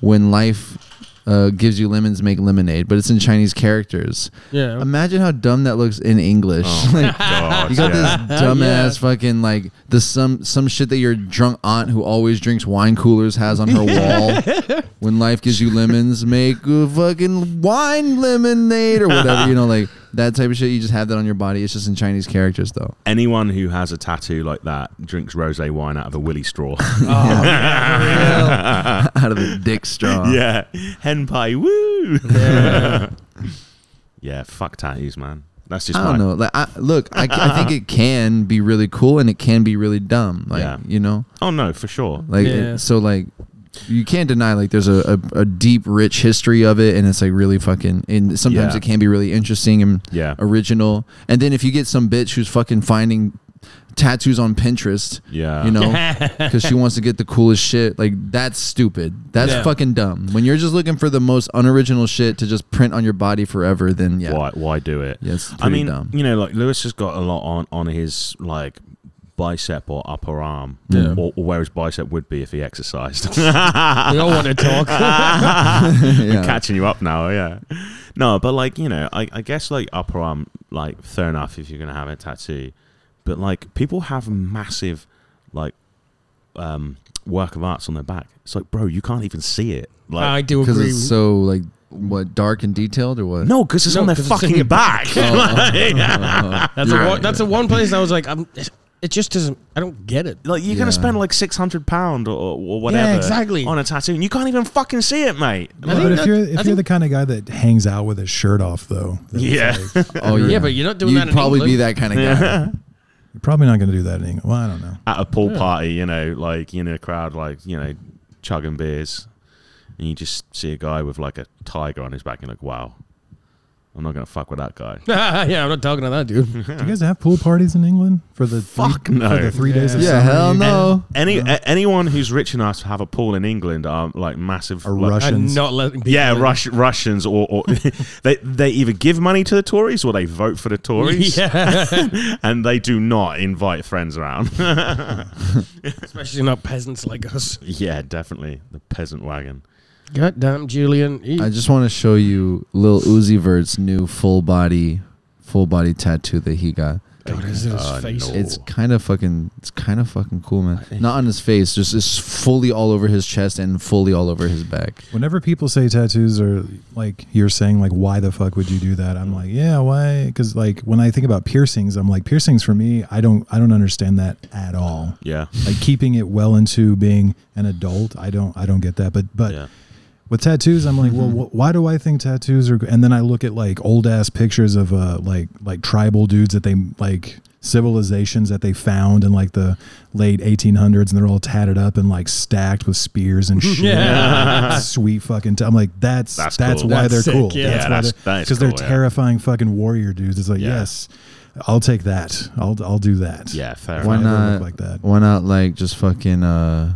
B: when life uh, gives you lemons, make lemonade, but it's in Chinese characters.
D: Yeah. Uh,
B: Imagine how dumb that looks in English. like
F: God,
B: you got
F: yeah.
B: this dumbass fucking like the some some shit that your drunk aunt who always drinks wine coolers has on her wall. when life gives you lemons, make a fucking wine lemonade or whatever. You know, like that type of shit. You just have that on your body. It's just in Chinese characters though.
F: Anyone who has a tattoo like that drinks rosé wine out of a willy straw.
B: Out of the dick straw.
F: yeah, henpai woo. Yeah. fuck tattoos, man. That's just
B: I don't
F: my-
B: know. Like, I, look, I, I think it can be really cool and it can be really dumb. Like,
F: Yeah.
B: you know,
F: Oh no, for sure.
B: like
D: Yeah.
B: it, so, like you can't deny like there's a, a, a deep, rich history of it, and it's like really fucking. And sometimes
F: Yeah.
B: it can be really interesting and
F: Yeah.
B: original. And then if you get some bitch who's fucking finding tattoos on Pinterest,
F: Yeah.
B: you know, because she wants to get the coolest shit. Like that's stupid. That's
D: Yeah.
B: fucking dumb. When you're just looking for the most unoriginal shit to just print on your body forever, then yeah,
F: Why? Why do it?
B: Yeah, it's
F: I
B: pretty
F: mean,
B: dumb.
F: you know, like Lewis has got a lot on on his like bicep or upper arm, or, or where his bicep would be if he exercised.
D: We all want to talk.
B: yeah.
F: catching you up now, yeah. No, but like you know, I, I guess like upper arm, like fair enough if you're gonna have a tattoo, but like people have massive, like, um, work of arts on their back. It's like, bro, you can't even see it.
D: I
F: Like,
D: do
B: because
D: agree.
B: it's so like what dark and detailed or what?
F: no, because it's
D: No,
F: on their
D: 'cause it's in
F: fucking
D: your
F: back.
D: that's a one, that's a one place that I was like, I'm, it just doesn't. I don't get it.
F: Like you're
B: Yeah.
F: gonna spend like six hundred pound or, or whatever,
D: exactly.
F: on a tattoo, and you can't even fucking see it, mate.
D: I
A: but
D: think
A: if
D: that-
A: you're
D: I
A: if you're
D: think-
A: the kind of guy that hangs out with his shirt off, though, then it's
F: Yeah.
A: like,
B: oh yeah,
D: Yeah, but you're not doing
B: You'd
D: that in
B: probably be
D: England.
B: that kind of guy.
A: you're probably not going to do that in England. Well, I don't know.
F: At a pool party, you know, like you know, a crowd, like you know, chugging beers, and you just see a guy with like a tiger on his back, and you're like, wow, I'm not gonna fuck with that guy.
D: yeah, I'm not talking to that dude.
A: Do you guys have pool parties in England for the
F: Fuck
A: three,
F: no.
A: for the three days of
B: yeah,
A: summer?
B: hell
A: You-
B: no.
F: Any a- anyone who's rich enough to have a pool in England are like massive
A: Are
F: like-
A: Russian.
D: I'm
A: Russians.
D: not letting people
F: Yeah,
D: in.
F: Rush, Russians, or, or they they either give money to the Tories or they vote for the Tories,
D: Yeah,
F: and they do not invite friends around.
D: especially not peasants like us.
F: Yeah, definitely the peasant wagon.
D: God damn, Julian. He-
B: I just want to show you Lil Uzi Vert's new full body, full body tattoo that he got.
D: God, is it his face?
B: It's kind of fucking. It's kind of fucking cool, man. Not on his face, just it's fully all over his chest and fully all over his back.
A: Whenever people say tattoos are like you're saying, like why the fuck would you do that? I'm like, yeah, why? Because like when I think about piercings, I'm like piercings for me. I don't I don't understand that at all.
F: yeah,
A: Like keeping it well into being an adult, I don't I don't get that. But but
F: yeah. Mm-hmm.
A: with tattoos, I'm like, well, wh- why do I think tattoos are? g-" And then I look at like old ass pictures of uh like like tribal dudes that they like civilizations that they found in like the late 1800s, and they're all tatted up and like stacked with spears and shit.
D: Yeah.
A: Sweet fucking. T- I'm like, that's
F: That's
A: that's,
F: cool.
A: why
D: That's
A: they're
D: sick,
A: cool.
D: yeah.
F: Yeah,
A: why
F: that's- that is
A: because
F: cool,
A: they're
F: yeah.
A: terrifying fucking warrior dudes. It's like,
F: Yeah.
A: yes, I'll take that. I'll I'll do that.
F: Yeah, fair.
A: If
B: Why
A: I ever look
B: not?
A: like that?
B: Why not like just fucking uh,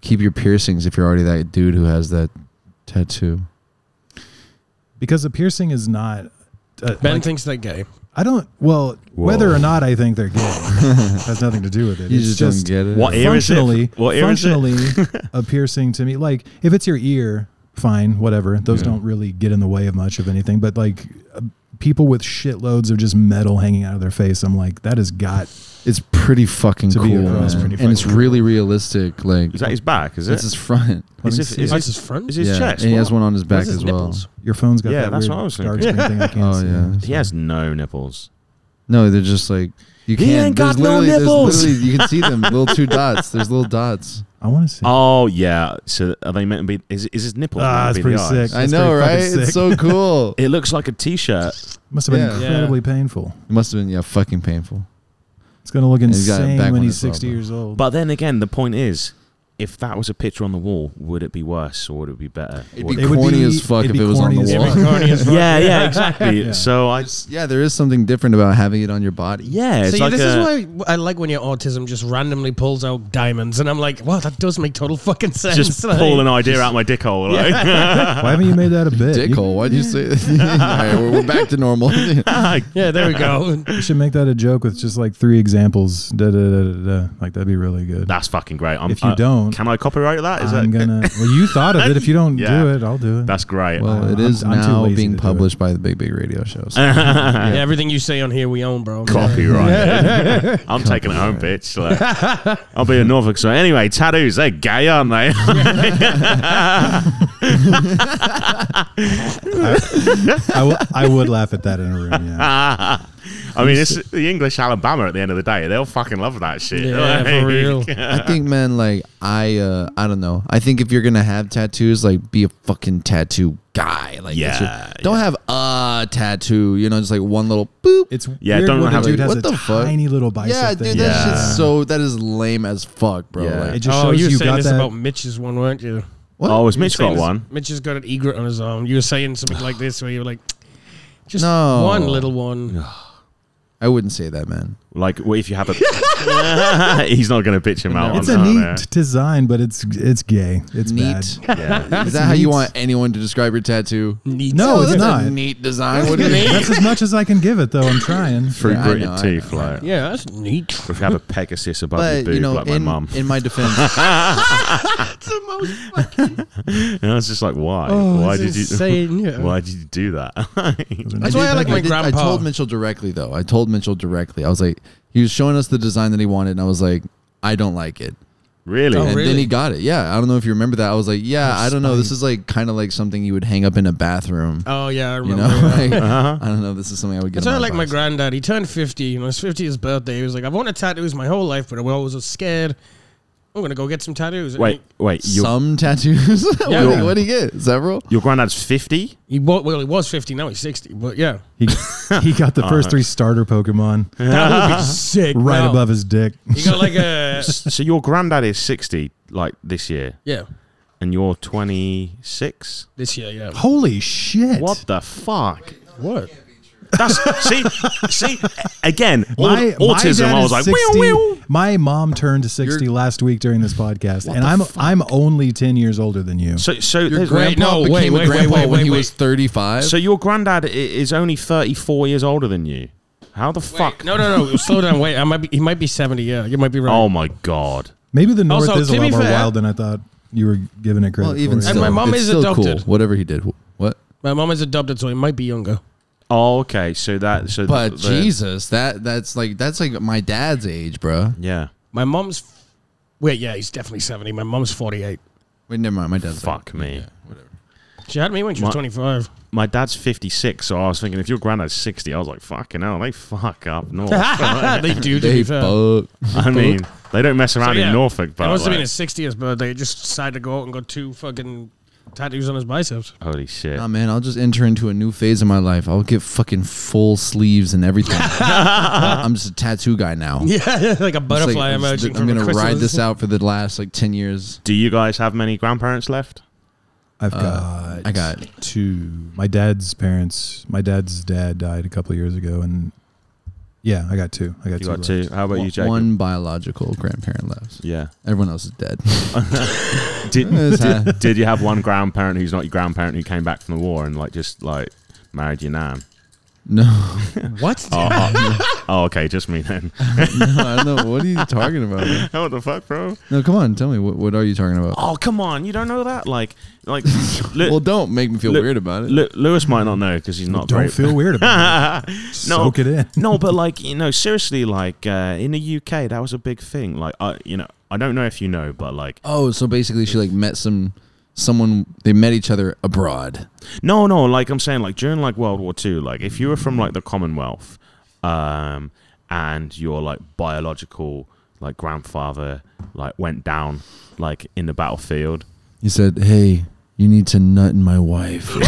B: keep your piercings if you're already that dude who has that tattoo.
A: Because a piercing is not. Uh,
D: ben
A: like,
D: thinks they're gay.
A: I don't. Well,
F: Whoa.
A: whether or not I think they're gay has nothing to do with it.
B: You
A: it's
B: just,
A: just
B: don't get it.
F: What ear is it?
A: functionally,
F: What ear is it?
A: functionally a piercing to me. Like if it's your ear, fine, whatever. Those don't really get in the way of much of anything. But like uh, people with shitloads of just metal hanging out of their face, I'm like, that has got.
B: It's pretty fucking
A: To
B: cool,
A: be a girl,
B: man.
A: it's pretty
B: and it's
A: fucking
B: really realistic. Like
F: Is that his back? Is it?
B: that's his front.
A: Let
F: Is
A: me
F: it-
A: see.
F: is
D: That's his front.
F: Is his
B: yeah,
F: chest?
B: and he has
F: What?
B: one on his back
D: That's his
B: as well.
D: nipples.
A: your phone's got
F: Yeah,
A: that
F: that's
A: weird
F: what I was
A: dark
F: thinking.
A: screen thing. I can't
B: Oh
A: see.
B: yeah.
F: He has no nipples.
B: No, they're just like you can't.
F: ain't got
B: there's
F: no
B: literally- there's
F: nipples.
B: literally- You can see them little two dots. There's little dots.
A: I want to see.
F: Oh yeah. So are they meant to be? Is is his nipple?
A: Ah,
F: meant to
A: that's
F: be the
A: pretty
F: eyes?
A: sick.
B: I
A: That's
B: know,
A: pretty
B: right?
A: fucking sick.
B: It's so cool. it
F: It looks like a t-shirt.
A: Must have been
B: yeah.
A: incredibly painful.
B: must have been yeah, fucking painful.
A: It's gonna look
B: he's got it
A: insane
B: back
A: when
B: on
A: he's
B: his elbow.
A: 60 years old.
F: But then again, the point is, if that was a picture on the wall, would it be worse or would it be better?
B: It'd
F: Would-
B: be
A: It would
B: corny
A: be-
B: as fuck
A: it'd
B: if
A: be
B: it was on
A: corny
B: the
A: as
B: wall.
A: fuck.
F: yeah, yeah, exactly.
A: Yeah.
F: So I.
B: yeah, there is something different about having it on your body.
F: Yeah, it's
D: See,
F: like
D: this
F: a,
D: is why I like when your autism just randomly pulls out diamonds, and I'm like, wow, that does make total fucking sense.
F: just
D: Like,
F: pull an idea out my dick hole. Like,
A: Why haven't you made that a bit? You-
B: Dickhole, why'd you say? All right, we're, we're back to normal.
D: Yeah, there we go.
A: You should make that a joke with just like three examples. Da, da, da, da, da. Like that'd be really good.
F: That's fucking great. I'm,
A: If you
F: uh,
A: don't,
F: can I copyright that? Is
A: I'm
F: that
A: gonna. Well, you thought of it. If you don't
F: Yeah.
A: do it, I'll do it.
F: that's great?
B: well, it
A: I'm-
B: is
A: I'm too
B: now
A: lazy
B: being
A: to do it.
B: published by the Big Big Radio Show. so-
D: Yeah, everything you say on here, we own, bro.
F: copyrighted. I'm taking it home, bitch. Like, I'll be a Norfolk. So anyway, tattoos, they're gay, aren't they?
A: I, w- I would laugh at that in a room. Yeah.
F: I mean, it's the English Alabama at the end of the day. They'll fucking love that shit.
D: Yeah,
F: Like,
D: for real.
B: I think, man, like I, uh, I don't know. I think if you're gonna have tattoos, like be a fucking tattoo guy. Like,
F: Yeah,
B: that's your- don't have a tattoo. You know, just like one little boop.
A: It's
F: Yeah,
A: Weird
F: don't
A: when
F: have
A: the dude
F: a-
A: has
B: What
A: a
B: the fuck?
A: tiny little bicep
B: yeah,
A: thing.
B: dude, that shit's so that is lame as fuck, bro.
F: Yeah.
A: It
B: Like,
A: just
D: oh,
A: shows
D: you were
A: you
D: saying
A: got
D: this
A: that.
D: about Mitch's one, weren't you?
F: Oh, has
D: You were
F: Mitch
D: saying
F: got
D: this-
F: one?
D: Mitch has got an egret on his arm. You were saying something like this, where you were like, just
B: No.
D: one little one.
B: I wouldn't say that, man.
F: Like, well, if you have a, he's not going to bitch him out.
A: it's
F: on
A: a
F: that,
A: neat
F: yeah.
A: design, but it's it's gay. It's bad.
B: neat.
F: Yeah.
B: Is that how
A: neat.
B: you want anyone to describe your tattoo?
D: Neat.
A: No,
B: Oh,
A: it's
B: that's
A: not.
B: a neat design. What do you mean?
A: That's as much as I can give it, though. I'm trying.
F: Through
B: Yeah, I
F: gritted
B: know, I
F: teeth,
B: know.
F: like
D: Yeah, that's neat.
F: if you have a Pegasus above your
B: But
F: boob,
B: you know,
F: like my
B: in,
F: mum.
B: in my defense,
F: And I was just like, why?
B: Oh,
F: why did you?
D: Insane, yeah.
F: Why did you do that?
D: That's why I like my
B: I, did- I
D: grandpa.
B: told Mitchell directly though. I told Mitchell directly. I was like, he was showing us the design that he wanted, and I was like, I don't like it.
F: really?
D: Oh,
B: and
D: really?
B: then he got it. Yeah, I don't know if you remember that. I was like, yeah, I don't know. This is like kind of like something you would hang up in a bathroom.
D: Oh yeah, I
B: You
D: remember.
B: know, like,
F: Uh-huh.
B: I don't know. This is something I would get.
D: That's
B: in
D: why I like my
B: box.
D: granddad. He turned 50 on his 50th birthday. He was like, I've wanted tattoos my whole life, but I always was scared. I'm going to go get some tattoos. And
F: Wait, wait. Your
B: Some tattoos. What
D: Yeah.
B: do you- what do you get? Several.
F: your granddad's fifty.
D: He, he wa- Well, he was 50, now he's 60. But yeah.
A: He, he got the first three starter Pokemon
D: That would be sick.
A: right
D: wow.
A: above his dick.
D: You got like a.
F: So your granddad is sixty, like this year,
D: Yeah,
F: and you're twenty six.
D: this year, yeah.
A: Holy shit!
F: What the fuck?
D: What?
F: That's see, see again. all
A: My,
F: the autism.
A: My dad
F: I was
A: is
F: like,
A: 60.
F: "Whew, whew."
A: my mom turned 60 last week during this podcast, and I'm I'm only 10 years older than you.
F: so so
B: Your
F: there's-
B: grandpa
D: no, wait,
B: became
D: wait,
B: a
D: wait,
B: grandpa
D: wait,
B: when he
D: wait.
B: was 35.
F: So your granddad i- is only 34 years older than you. How the fuck?
D: No, no, no. slow down. Wait, I might be, he might be 70. Yeah, you might be right.
F: Oh my god.
A: Maybe the North
D: Also,
A: is a
D: to
A: lot
D: be
A: more
D: fair-
A: wild than I thought you were giving it credit
B: well, even
A: for.
B: still,
D: And my mom
B: it's
D: is
B: still
D: adopted.
B: Cool, whatever he did. Wh- What?
D: My mom is adopted, so he might be younger.
F: Oh, okay. So that so
B: But
F: the-
B: Jesus, that that's like that's like my dad's age, bro.
F: Yeah.
D: My mom's. Wait, yeah, he's definitely 70. My mom's 48.
B: Wait, never mind. My dad's
F: Fuck me.
D: She had me when she was
F: My-
D: 25.
F: My dad's 56, so I was thinking if your granddad's 60, I was like, fucking hell, they fuck up north.
D: they do, to
B: They
D: be fair.
B: fuck.
F: I mean, they don't mess around
D: So, yeah.
F: in Norfolk,
D: It
F: but
D: must have been
F: like,
D: his 60th birthday. He just decided to go out and got two fucking tattoos on his biceps.
F: holy shit.
A: Um,
B: Nah, man, I'll just enter into a new phase in my life. I'll get fucking full sleeves and everything. I'm just a tattoo guy now. It's
D: Yeah, like a
B: like-
D: butterfly
B: I'm just-
D: emerging
B: I'm
D: from
B: gonna
D: a chrysalis.
B: ride this out for the last like ten years.
F: Do you guys have many grandparents left?
A: I've
F: uh,
A: got
B: I got
A: two. My dad's parents. My dad's dad died a couple of years ago, and yeah, I got two. I got
F: You
A: two.
F: got two.
A: left.
F: How about you, Jacob?
B: one biological grandparent left.
F: Yeah.
B: Everyone else is dead.
F: Did,
B: It's ha-
F: did, did you have one grandparent who's not your grandparent who came back from the war and like just like married your nan?
B: no,
D: What?
F: Oh, oh, oh, okay, just me then.
B: I don't know. What are you talking about? man?
F: what the fuck, bro?
B: No, come on, tell me. What, what are you talking about?
F: Oh, come on, you don't know that? Like, like, Lu-
B: Well, don't make me feel
F: Look-
B: weird about it.
F: Lu- Lewis might not know because he's not.
A: Don't
F: very-
A: feel weird about
F: no,
A: it. Soak it in.
F: no, but like you know, seriously, like uh, in the UK, that was a big thing. Like, I, you know, I don't know if you know, but like,
B: Oh, so basically she like met some someone they met each other abroad.
F: no, no, like I'm saying, like during like World War Two, like if you were from like the Commonwealth, um, and your like biological like grandfather like went down like in the battlefield.
B: He said, "Hey, you need to nut in my wife." and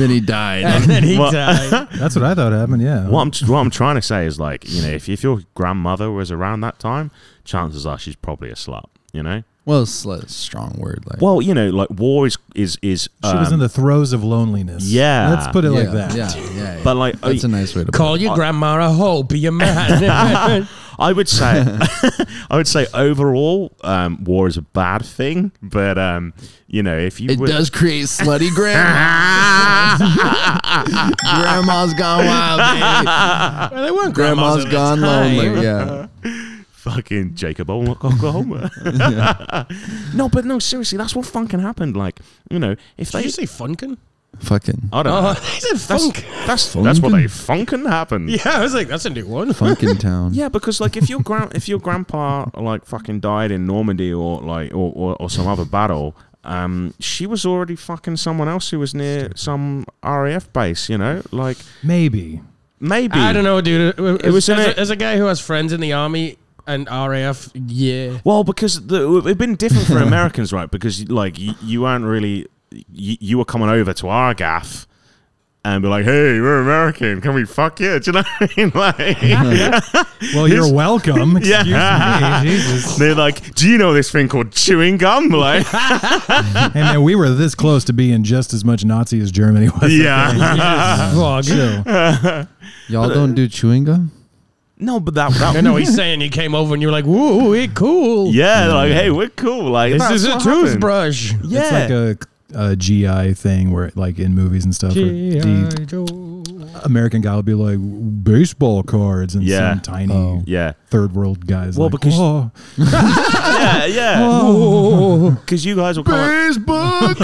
B: then he died.
D: and then he
F: What?
D: died.
A: That's what I thought happened. Yeah.
F: What I'm what I'm trying to say is like you know if, if your grandmother was around that time, chances are she's probably a slut. You know.
B: Well, slut, strong word. Like,
F: Well, you know, like war is is is.
A: she was
F: um,
A: in the throes of loneliness.
F: yeah.
A: Let's put it
B: yeah,
A: like that.
B: Yeah, yeah, yeah.
F: But like, I,
B: that's a nice way to
D: Call your grandma a hoe. Be a man.
F: I would say, I would say overall, um, war is a bad thing. But um, you know, if you
B: It
F: were-
B: does create slutty grandma. Grandma's gone wild. Baby.
D: well, they weren't
B: Grandma's
D: grandmas at the
B: gone
D: time.
B: lonely. Yeah.
F: fucking Jacob Ol- Oklahoma. no, but no, seriously, that's what fucking happened. Like, you know, if
D: Did
F: they,
D: you say funkin?
B: Fucking
F: I don't
D: Oh,
F: know.
D: he said
F: That's
D: funk.
F: that's that's what
B: Funkin'?
F: they funkin' happened.
D: Yeah, I was like, that's a new one.
B: funkin' town.
F: Yeah, because like if your grand if your grandpa like fucking died in Normandy or like or, or, or some other battle, um, she was already fucking someone else who was near some RAF base. You know, like
A: Maybe.
F: maybe
D: I don't know, dude. It,
F: It
D: was
F: was in
D: as,
F: it-
D: a, as a guy who has friends in the army and RAF. Yeah.
F: Well, because the, it'd been different for Americans, right? Because like you, you weren't really you, you were coming over to our gaff. and be like, "Hey, we're American. Can we fuck you?" Do you know what I mean? Like,
A: Well, you're welcome. Excuse
F: Yeah.
A: me. Jesus.
F: they're like, "Do you know this thing called chewing gum?" Like,
A: Hey, man, uh, we were this close to being just as much Nazi as Germany was.
F: yeah. Uh-huh.
A: Chill.
B: Y'all don't do chewing gum?
F: No, but that, that
D: No, no, he's saying you came over and you were like, "Woo, it cool.
F: yeah, like, hey, we're cool. Like,
D: this
F: that's
D: is a
F: what happened.
D: toothbrush."
F: Yeah,
A: It's like a, a GI thing where, like, in movies and stuff, where the American guy will be like baseball cards and
F: Yeah.
A: some tiny
B: Oh.
F: yeah,
A: third world guys.
F: Well,
A: like, "Oh,
F: because-
A: "Whoa."
F: yeah, yeah. Because you guys will come
B: Baseball.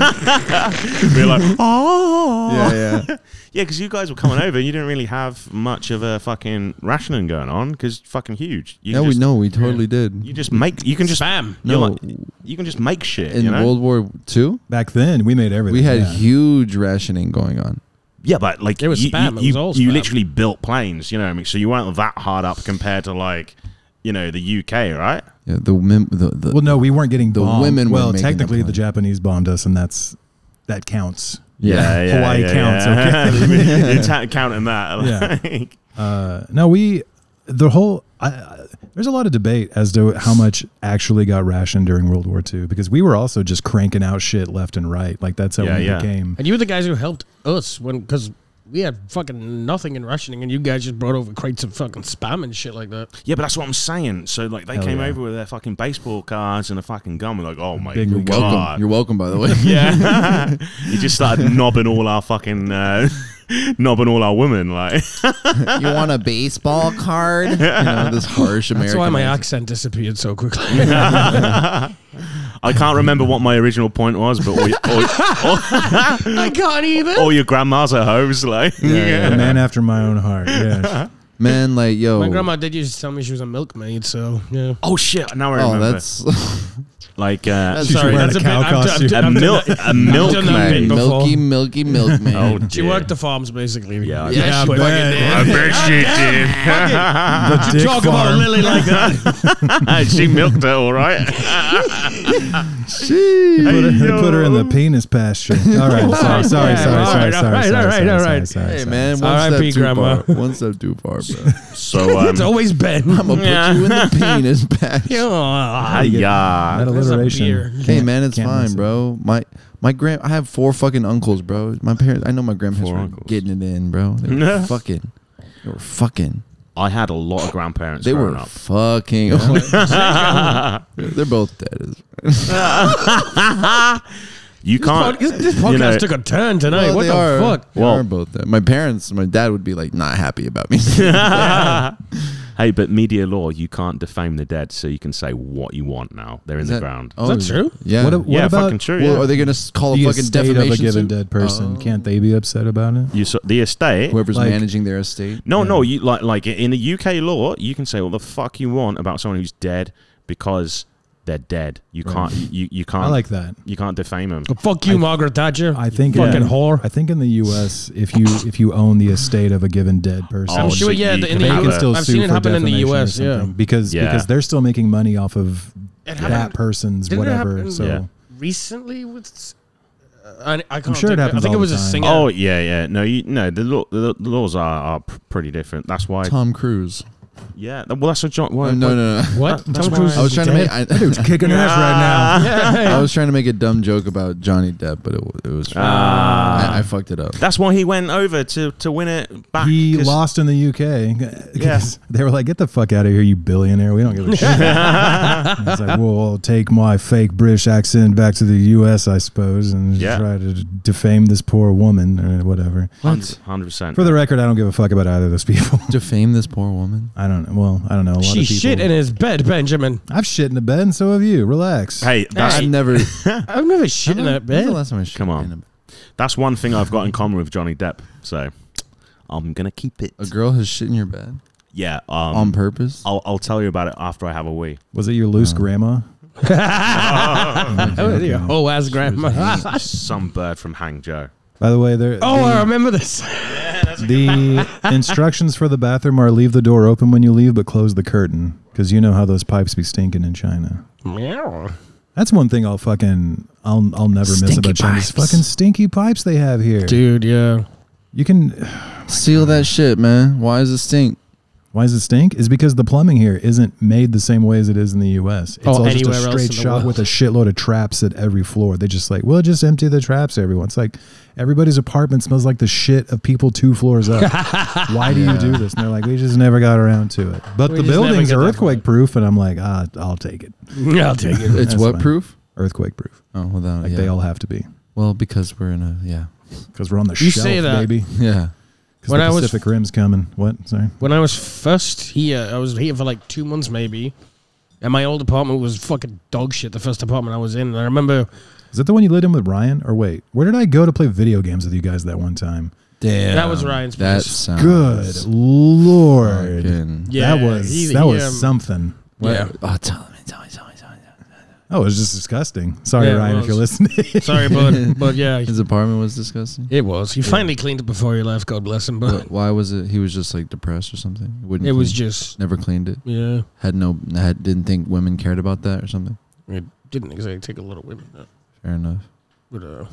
F: and be like, "Oh,
B: yeah, yeah.
F: Yeah, because you guys were coming over and you didn't really have much of a fucking rationing going on because fucking huge. You
B: Yeah,
F: can
B: we
F: just,
B: know. We totally did.
F: You just make. You can just
D: Spam.
F: you're
B: No.
F: like- you can just make shit.
B: In
F: you know?
B: World War II,
A: back then we made everything.
B: we had
A: yeah.
B: huge rationing going on.
F: yeah, but like
D: It was
F: you,
D: spam, it
F: You,
D: was all
F: you
D: spam.
F: literally built planes. You know, what I mean, so you weren't that hard up compared to like, you know, the UK, right?
B: Yeah, the mem- the, the
A: Well, no, we weren't getting
B: The
A: bombed.
B: women were
A: Well,
B: making the
A: technically, the
B: point.
A: Japanese bombed us, and that's that counts.
B: yeah.
A: Hawaii counts,
F: okay. You're ta- counting that.
A: Yeah.
F: like-
A: Uh, no, we the whole. I, I, there's a lot of debate as to how much actually got rationed during World War II because we were also just cranking out shit left and right. Like that's how
F: Yeah,
A: we
F: yeah.
A: became.
D: And you were the guys who helped us when because we had fucking nothing in rationing, and you guys just brought over crates of fucking spam and shit like that.
F: yeah, but that's what I'm saying. So like, they
A: Hell
F: came
A: yeah.
F: over with their fucking baseball cards and a fucking gun. We're like, oh my
A: Big
F: god.
B: Welcome. You're welcome, by the way.
F: Yeah, you just started knobbing all our fucking uh, knobbing all our women. Like,
B: you want a baseball card? You know, this harsh American.
D: That's why my
B: accent.
D: accent disappeared so quickly.
F: I can't remember what my original point was, but all, all,
D: I can't even.
F: all,
A: Oh,
F: all your grandmas are hoes. Like,
A: A man after my own heart. Yeah.
B: Man, like yo.
D: My grandma did used to tell me she was a milkmaid, so yeah.
F: oh shit! Now I
B: Oh,
F: remember.
B: that's
F: like uh,
B: She's
D: Sorry,
A: wearing
D: that's
A: a
D: a
A: cow
D: bit. I've done-
A: costume.
D: I've done- I've
F: a
D: done
F: milk
D: that-
F: a
D: I've
F: milk.
D: done that bit
B: man,
D: before.
B: milky, milky milk
F: Oh,
B: man.
F: dear.
D: She worked the farms basically.
F: Yeah, I
D: yeah.
B: bet she
D: but-
F: I bet she
A: The dick
D: Talk about
A: farm.
D: Lily like that.
F: did. she milked it all right.
A: They put, her, they put her in the penis pasture. All right. Sorry, sorry, sorry,
D: Yeah, all
A: sorry, sorry,
D: right, all right,
A: sorry,
D: all right, all
A: sorry,
D: right.
A: sorry.
B: Hey
A: sorry.
B: man, one
D: R.I.P.,
B: step too
D: grandma.
B: far. One step too far, bro.
F: So um,
D: It's always been.
B: I'm gonna
F: Yeah.
B: put you in the penis patch.
D: Yeah.
F: ah, yeah.
A: That
D: There's a
A: alliteration.
D: beer.
B: Hey man, it's
A: Can't miss
B: fine,
A: it.
B: bro. My my grand, I have four fucking uncles, bro. My parents, I know my grandparents
F: Four
B: were
F: uncles.
B: getting it in, bro. They were fucking, they were fucking,
F: I had a lot of grandparents.
B: they
F: growing
B: were
F: up.
B: fucking. They're both dead.
F: You can't.
D: This, this podcast
F: you know-
D: took a turn tonight.
B: Well,
D: what
B: they
D: the
B: are,
D: fuck?
B: They
F: Well-
B: are both dead. My parents, my dad would be like not happy about me.
F: Hey, but media law, you can't defame the dead, so you can say what you want now. They're in
B: Is
F: the
B: that-
F: ground.
B: oh,
D: Is that true?
B: Yeah.
A: What, a- what
F: yeah,
A: about
F: fucking true.
B: Well,
F: yeah.
B: are they gonna s- call
A: the
B: a fucking
A: estate of
B: defamation
A: a given
B: suit?
A: dead person?
B: Oh.
A: Can't they be upset about it?
F: you so, the estate.
B: Whoever's
A: like-
B: managing their estate.
F: No,
B: Yeah.
F: no. You like like in the UK law, you can say what the fuck you want about someone who's dead because they're dead. You can't. You you can't.
A: I like that.
F: You can't defame them.
D: Well, fuck you, Margaret Thatcher.
A: I think
D: fucking
A: in,
D: whore.
A: I think in the U.S., if you if you own the estate of a given dead person,
F: Oh,
D: I'm sure.
F: so
D: yeah,
F: you
D: the, in
F: can
A: they
D: the
F: have
A: can
F: it.
D: US,
A: still
D: I've
A: sue
D: seen it
A: for
D: happen in the
A: defamation or
D: US. Yeah,
A: something because
F: Yeah.
A: because they're still making money off of
D: it
A: that person's
D: Didn't it
A: whatever.
D: happen-
A: So
F: Yeah.
D: recently with. uh, I, I can't
A: sure it
D: think-
A: happens
D: I think
A: all
D: it was
A: the
D: a
A: time.
D: singer.
F: Oh yeah, yeah. No, you no. The law, the, the laws are, are pr- pretty different. That's why.
B: Tom Cruise.
F: Yeah. Well, that's a John.
B: Oh,
F: Well,
B: no, no, no.
D: what? Tom
F: why-
D: Cruise.
B: I was
D: is
B: trying to
D: dead?
B: make. I,
A: dude's kicking ass
D: Ah.
A: right now.
B: I was trying to make a dumb joke about Johnny Depp, but it, wa- it was.
F: Ah.
B: I, I fucked it up.
F: That's why he went over to to win it back.
A: He
F: 'cause-
A: lost in the UK because they were like, "Get the fuck out of here, you billionaire! We don't give a shit." And It's like, "Well, I'll take my fake British accent back to the US, I suppose, and
F: Yeah.
A: try to defame this poor woman or whatever."
F: Hundred percent.
A: For the record, I don't give a fuck about either of those people.
B: Defame this poor woman.
A: I don't know. Well, I don't know. A lot
D: She
A: of people,
D: shit in his bed, Benjamin.
A: I've shit in the bed, and so have you. Relax.
F: Hey, that's
B: I've never.
D: I've never shit in that
B: When's the
D: bed.
B: last time I shit
F: Come on.
B: in a-
F: that's one thing I've got in common with Johnny Depp. So I'm gonna keep it.
B: A girl has shit in your bed
F: Yeah. Um,
B: on purpose.
F: I'll I'll tell you about it after I have a wee.
A: Was it your loose grandma?
D: Your whole ass grandma.
F: Some bird from Hangzhou.
A: By the way, there.
D: Oh, um, I remember this.
A: the instructions for the bathroom are leave the door open when you leave, but close the curtain because you know how those pipes be stinking in China.
D: Meow.
A: That's one thing I'll fucking I'll I'll never miss
B: Stinky
A: about China. These
B: pipes.
A: Fucking stinky pipes they have here.
D: Dude, yeah.
A: You can.
B: Seal that shit, man. Why does it stink?
A: Why does it stink? Is because the plumbing here isn't made the same way as it is in the U.S. It's
D: Oh,
A: all just a
D: anywhere else
A: straight
D: in the
A: shot
D: world.
A: with a shitload of traps at every floor. They just like, we'll just empty the traps. Everyone, it's like everybody's apartment smells like the shit of people two floors up. Why do you do this? And they're like, we just never got around to it. But
D: We
A: the
D: just never
A: buildings
D: get
A: are
D: that
A: earthquake proof, and I'm like, ah, I'll take it.
D: I'll take it.
B: It's
A: That's
B: what
A: fine.
B: proof?
A: Earthquake proof.
B: Oh, well, that,
A: Like
B: yeah.
A: they all have to be
B: well, because we're in a yeah,
A: because we're on the
D: You
A: shelf,
D: say that.
A: baby.
B: yeah.
A: Because
D: When I
A: the
D: was-
A: Pacific Rim's coming. What? Sorry.
D: When I was first here, I was here for like two months maybe. And my old apartment was fucking dog shit, the first apartment I was in. And I remember
A: Is that the one you lived in with Ryan? Or wait, where did I go to play video games with you guys that one time?
B: Damn.
D: That was Ryan's
B: That
D: place.
B: sounds
A: Good lord.
B: fucking-
D: Yeah,
A: that was
D: he-
A: that
D: he,
A: was
D: um,
A: something.
B: What? Oh, tell me, tell me, tell me, tell me.
A: Oh, it was just disgusting. Sorry,
D: Yeah, it
A: Ryan, if
D: was.
A: you're listening.
D: Sorry, bud. But yeah,
B: His apartment was disgusting.
D: it was. He finally cleaned it before he left. God bless him. But
B: What, why was it? He was just like depressed or something. Wouldn't
D: it was
B: clean-
D: just,
B: never cleaned it.
D: yeah.
B: Had no had didn't think women cared about that or something.
D: It didn't exactly take a lot of women. uh,
B: Fair enough.
D: But, uh,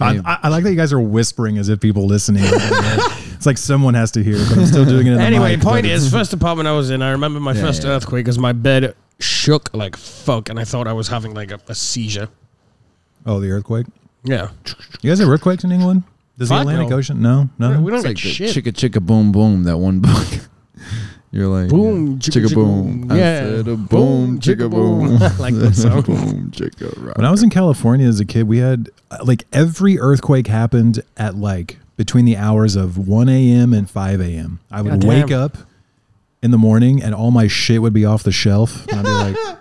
A: I, I, I like that you guys are whispering as if people listening. are gonna know. it's like someone has to hear, it, but I'm still doing it. In
D: Anyway,
A: the mic,
D: point
A: but
D: is, first apartment I was in, I remember my
B: Yeah,
D: first
B: yeah.
D: earthquake because my bed shook like fuck, and I thought I was having like a, a seizure.
A: oh, the earthquake.
D: Yeah,
A: You guys have earthquakes in England? Does the
D: Fuck
A: Atlantic
D: no.
A: Ocean? No, no.
D: we don't
B: It's
D: get
B: like the
D: shit.
B: chicka chicka boom boom. That one book. You're like
D: Boom,
B: yeah, chicka, boom. I
D: yeah.
B: said a boom chicka boom.
D: like that song.
B: boom chicka. Rock.
A: When I was in California as a kid, we had uh, like every earthquake happened at like between the hours of 1 a.m. and 5 a.m. I would
D: Goddamn.
A: wake up in the morning and all my shit would be off the shelf. And I'd be like,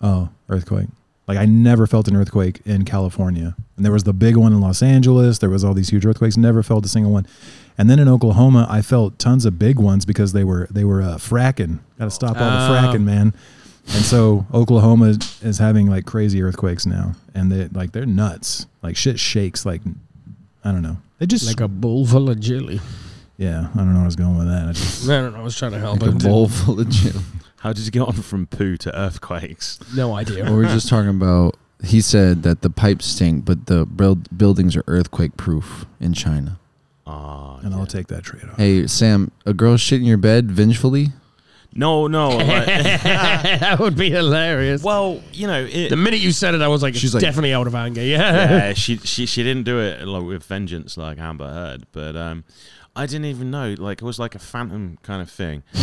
A: oh, earthquake. Like I never felt an earthquake in California. And there was the big one in Los Angeles. There was all these huge earthquakes. Never felt a single one. And then in Oklahoma, I felt tons of big ones because they were they were uh, fracking. Got to stop all
D: Oh.
A: the fracking, man. And so Oklahoma is- is having like crazy earthquakes now, and they like they're nuts. Like shit shakes. Like I don't know. They just
D: Like a bowl full of jelly.
A: yeah. I don't know where I was going with that. I just,
D: No, no, no. I was trying to help.
B: Like a
D: him.
B: bowl full of chili.
F: How did you get on from poo to earthquakes?
D: No
B: Well,
D: idea.
B: we were just talking about. He said that the pipes stink, but the build, buildings are earthquake proof in China.
F: Ah,
A: and
F: yeah.
A: I'll take that trade off.
B: Hey Sam, a girl shit in your bed vengefully.
F: no, no. like-
D: that would be hilarious.
F: well, you know, it,
D: the minute you said it, I was like,
B: She's
D: she's
B: like-
D: definitely out of anger. Yeah.
F: yeah, she she she didn't do it like with vengeance like Amber Heard, but um, I didn't even know. Like it was like a phantom kind of thing.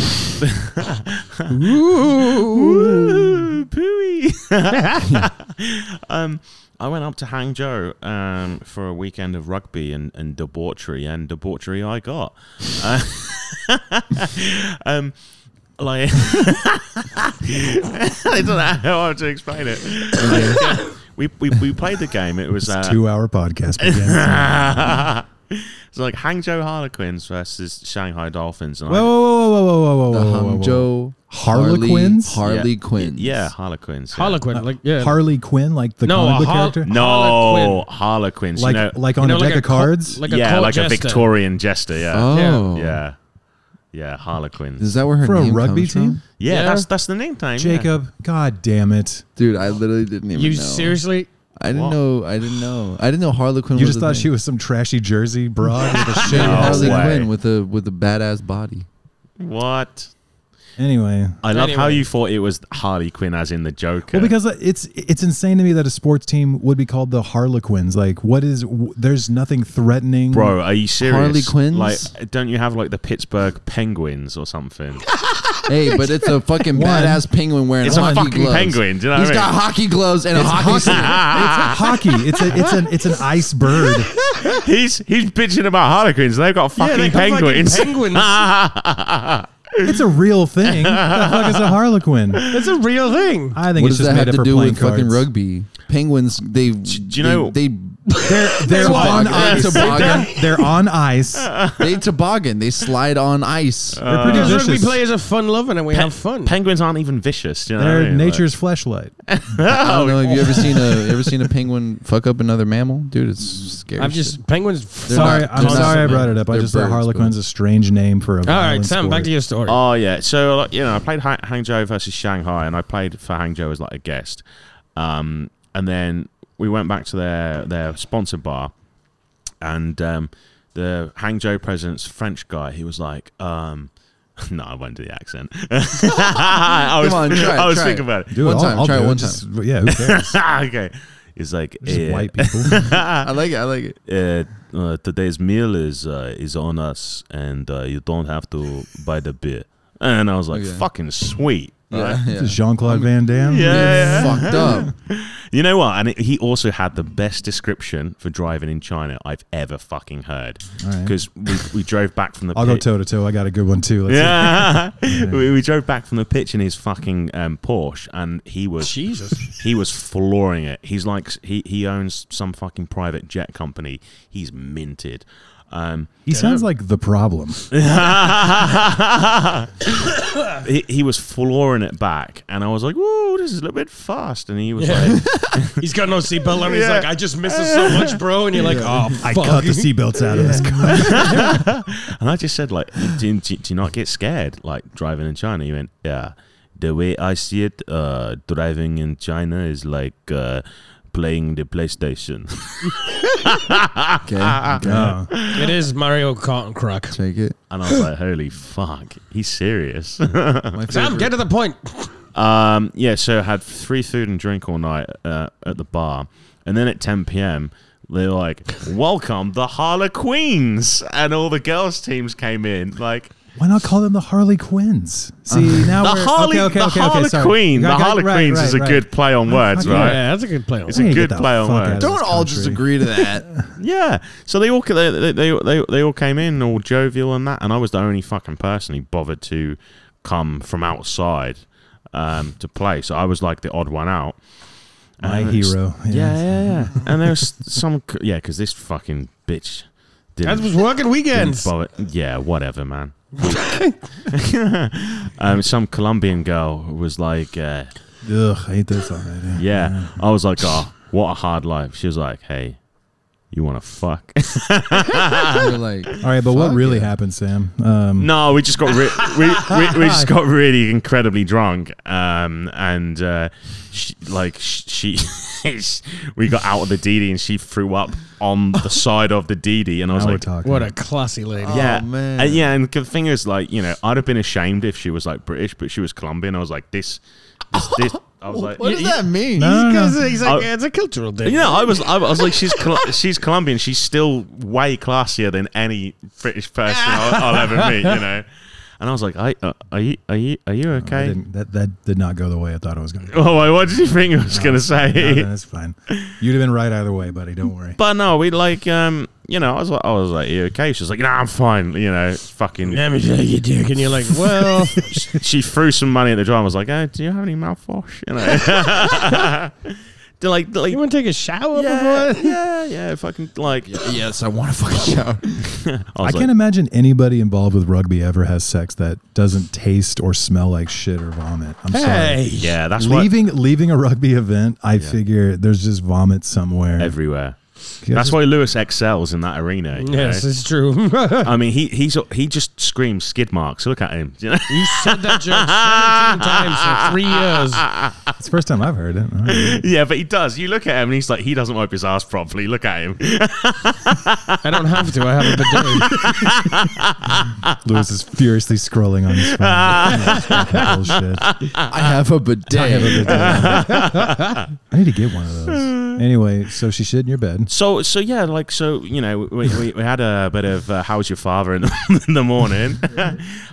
F: Ooh, pooey. um, I went up to Hangzhou um for a weekend of rugby and, and debauchery, and debauchery I got. Uh, um, like I don't know how to explain it. we, we we played the game. It was uh,
A: Two hour podcast. Begins.
F: it's like Hangzhou Harlequins versus Shanghai Dolphins. And
A: whoa,
F: I,
A: whoa, whoa, whoa, whoa, whoa, whoa,
B: The
A: whoa, whoa, whoa.
B: Humjo
A: Harlequins?
B: Harley, Harley
F: yeah,
B: Quinn.
F: Yeah, Harlequins. yeah.
D: Harlequin, like yeah.
A: Harley Quinn, like the
D: No,
A: comic book
D: a Har-
A: character.
F: No, Harlequins.
A: Like
F: you know,
A: like on
D: You know,
A: a
D: like
A: deck
D: a
A: of
D: cor-
A: cards.
D: like a
F: yeah,
D: court
F: like a
D: jester.
F: Victorian jester. Yeah,
B: Oh.
F: yeah, yeah. Harlequins.
B: Is that where her
A: For a
B: name
A: rugby
B: comes
A: team?
B: From?
F: Yeah,
D: Yeah.
F: that's that's the name time.
A: Jacob, god damn it.
B: Dude, I literally didn't even
D: You
B: know.
D: seriously?
B: I didn't
F: What?
B: know. I didn't know. I didn't know Harley Quinn.
A: You
B: was
A: just
B: a
A: thought
B: thing.
A: she was some trashy Jersey broad with a shit.
B: Dude, Harley
F: way.
B: Quinn with a with a badass body.
F: Yeah. What?
A: Anyway,
F: I love how
D: Anyway.
F: you thought it was Harley Quinn, as in the Joker.
A: Well, because uh, it's it's insane to me that a sports team would be called the Harlequins. Like, what is? w- There's nothing threatening.
F: Bro, are you serious?
B: Harley Quinns?
F: Like, don't you have like the Pittsburgh Penguins or something?
B: Hey, but it's a fucking
A: One.
B: badass penguin wearing
F: It's a
B: hockey
F: fucking
B: gloves.
F: penguin, do you know what
B: He's
F: I mean?
B: got hockey gloves and
A: It's
B: a hockey. stick.
A: hockey. It's a, hockey. It's a it's an it's an ice bird.
F: he's he's bitching about Harlequins. They've got fucking
D: they got fucking
F: penguins.
D: penguins.
A: It's a real thing. What the fuck is a Harlequin?
D: That's a real thing.
A: I think
B: What
A: it's
B: does
A: just
B: that
A: made
B: have
A: up
B: to
A: for
B: do
A: playing
B: with fucking
A: cards.
B: rugby? Penguins. They.
F: do you know-
B: They. they
A: They're they're
B: That's
A: on
B: why. Yes.
A: ice.
B: Toboggan.
A: They're on ice.
B: they toboggan. They slide on ice.
A: They're pretty
D: Because rugby
A: vicious.
D: players are fun loving and we have fun.
F: Penguins aren't even vicious. Do you know what I
A: They're
F: mean? Like-
A: nature's fleshlight.
B: I don't know. Have you
F: Oh.
B: ever seen a you ever seen a penguin fuck up another mammal, dude? It's scary.
D: I've
B: shit.
D: just penguins.
B: They're
A: Sorry,
B: not-
A: I'm
B: they're not-
A: sorry I brought it up. I
B: they're
A: just thought
B: birds,
A: Harlequin's
B: but-
A: a strange name for a.
D: All right, Sam, back to your story.
F: Oh yeah, so like, you know, I played Ha- Hangzhou versus Shanghai, and I played for Hangzhou as like a guest. Um, and then we went back to their their sponsor bar, and um, the Hangzhou president's French guy, he was like, um, "No, I won't do the accent." I was,
B: on, try it,
F: I was
B: try
F: thinking
B: it.
F: about it.
A: Do it.
B: One
A: I'll-
B: time,
A: I'll
B: try
A: do
B: it one
A: Just- yeah, who cares?
F: okay, he's like,
A: Just
F: "Eh,
A: white people.
B: I like it. I like it.
F: uh, uh, today's meal is uh, is on us, and uh, you don't have to buy the beer. And I was like,
B: Okay.
F: fucking sweet. right?
B: Yeah, yeah.
A: Jean Claude Van Damme.
F: Yeah.
B: Get fucked up.
F: You know what? And it, he also had the best description for driving in China I've ever fucking heard.
A: All right.
F: Because we, we drove back from the
A: I'll go
F: pit-
A: toe to toe. I got a good one too. Let's
F: yeah, we, we drove back from the pitch in his fucking um, Porsche, and he was
D: Jesus.
F: he was flooring it. He's like he he owns some fucking private jet company. He's minted. Um,
A: He sounds like the problem.
F: he, he was flooring it back, and I was like, "Whoa, this is a little bit fast." And he was
D: Yeah.
F: like,
D: He's got no seatbelt on. He's
F: Yeah.
D: like, I just miss it so much, bro. And you're like, oh, fuck.
A: I cut the seatbelts out of this car.
F: and I just said, "Like, do, do, do you not get scared like driving in China?" He went, "Yeah, the way I see it, uh, driving in China is like." Uh, Playing the PlayStation.
B: Okay,
D: Ah,
A: No.
D: It is Mario Kart and crack.
B: take it.
F: And I was like, holy fuck, he's serious.
B: My
D: Sam,
B: favorite-
D: get to the point.
F: um, yeah, so I had free food and drink all night uh, at the bar. And then at 10 p.m., they're like, welcome the Harlequins. And all the girls' teams came in. Like,
A: Why not call them the Harley Quinns? See, now
F: Uh, the,
A: we're
F: Harley,
A: okay, okay,
F: the
A: okay, okay, sorry.
F: Harlequin.
A: Got- got-
F: The
A: right,
F: Harlequins
A: right,
F: is a
A: right.
F: good play on words,
A: fucking-
F: right?
D: Yeah, that's a good play.
F: It's a
A: Hey,
F: good
A: get the
F: play on
A: fuck out
F: words.
A: of
B: Don't
A: this
B: all just
A: country.
B: agree to that.
F: Yeah. So they all they, they, they, they, they all came in all jovial and that, and I was the only fucking person who bothered to come from outside um, to play. So I was like the odd one out.
A: My
F: And it's-
A: hero.
F: Yeah, yeah, yeah. and there was some c- yeah, because this fucking bitch
D: That
F: didn't.
D: was working
F: didn't
D: weekends.
F: bother- Yeah, whatever, man. um, some Colombian girl was like, uh,
A: Ugh, I hate this already.
F: yeah. I was like, oh, what a hard life. She was like, hey, you want to fuck?
B: You're like,
A: All right, but what
B: Fuck
A: really
B: yeah.
A: happened, Sam? Um,
F: No, we just got re- we, we we just got really incredibly drunk, um, and uh, she, like sh- she, she, we got out of the DD and she threw up on the side of the DD, and I was
A: now we're
F: like,
A: talking.
D: What a classy lady.
F: yeah,
B: Oh, man.
F: And, yeah, and the thing is, like, you know, I'd have been ashamed if she was like British, but she was Colombian. I was like, this, this, this. I was like,
B: what does that mean?
A: No, no,
D: Because
A: no.
D: he's like,
F: I-
D: it's a cultural thing.
F: Uh, You know, I was, I was like, she's, Col- she's Colombian. She's still way classier than any British person I'll, I'll ever meet. You know, and I was like, I, uh, are you, are you, are you
A: I
F: okay?
A: didn't- that that did not go the way I thought it was going to. go.
F: oh, wait, what did you think I was gonna
A: No,
F: say?
A: no, that's fine. You'd have been right either way, buddy. Don't worry.
F: but no, we like, um, you know, I was like, I was like, you okay? She's like, nah, I'm fine. You know, it's fucking.
D: Let me take your dick. And you're like, well,
F: she threw some money at the drum. I was like, oh, do you have any mouthwash? You know, They're like, they're
D: you
F: like
D: want to take a shower
F: yeah,
D: before?
F: yeah, yeah, fucking like.
B: Yes, I want to fucking shower.
A: I
F: I, was
A: can't
F: like,
A: imagine anybody involved with rugby ever has sex that doesn't taste or smell like shit or vomit. I'm sorry.
D: Hey.
F: yeah, that's what
A: leaving leaving a rugby event, I figure there's just vomit somewhere.
F: everywhere.
A: Yeah,
F: That's
A: just-
F: why Lewis excels in that arena. you know?
D: Yes, it's true.
F: I mean, he he's he just screams skid marks. Look at him. You know?
D: you said that joke 17 times for three years.
A: It's the first time I've heard it. All right.
F: yeah, but he does. You look at him and he's like, he doesn't wipe his ass properly. Look at him.
D: I don't have to. I have a bidet.
A: Lewis is furiously scrolling on his phone. Yeah, it's fucking bullshit.
B: I have a bidet.
A: I have a good day. I need to get one of those. Anyway, so she shit in your bed.
F: So so yeah, like so you know we, we, we had a bit of uh, how's your father in the, in the morning.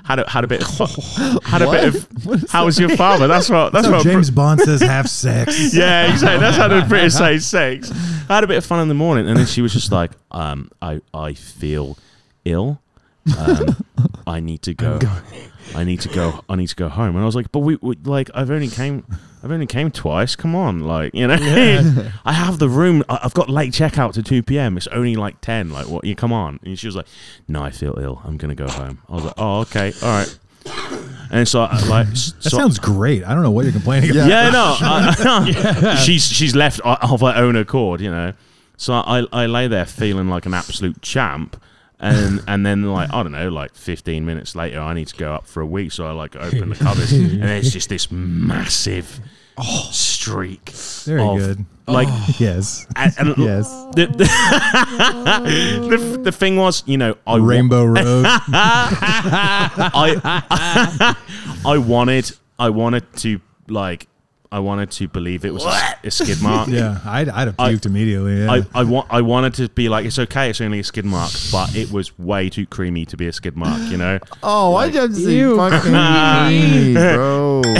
F: had a, had a bit of, had a bit of how's your father. That's what that's
A: So
F: what
A: James Bond says have sex.
F: yeah, exactly. That's how the British say sex. I had a bit of fun in the morning, and then she was just like, um, I, I feel ill. Um, I need to go. I need to go. I need to go home. And I was like, but we, we like, I've only came, I've only came twice. Come on, like, you know, I have the room. I, I've got late checkout to two p.m. It's only like ten. Like, what? You come on. And she was like, no, I feel ill. I'm gonna go home. I was like, oh, okay, all right. And so, I, like,
A: That
F: so,
A: sounds great. I don't know what you're complaining about.
F: yeah, no. I- She's she's left o- of her own accord, you know. So I I lay there feeling like an absolute champ. And, and then like I don't know like 15 minutes later I need to go up for a week so I like open the cupboard and there's just this massive
A: Oh.
F: streak.
A: Very
F: of-
A: good.
F: Like,
A: Oh. Yes.
F: and, and
A: Yes.
F: the, the, the, the thing was, you know, I wa-
A: Rainbow Road.
F: I I wanted I wanted to like I wanted to believe it was a, a skid mark.
A: Yeah. I'd, I'd have
F: I-
A: puked immediately. Yeah.
F: I, I want I wanted to be like it's okay, it's only a skid mark, but it was way too creamy to be a skid mark, you know.
B: Oh, I just you fucking mean,
A: no,
B: bro.
A: no.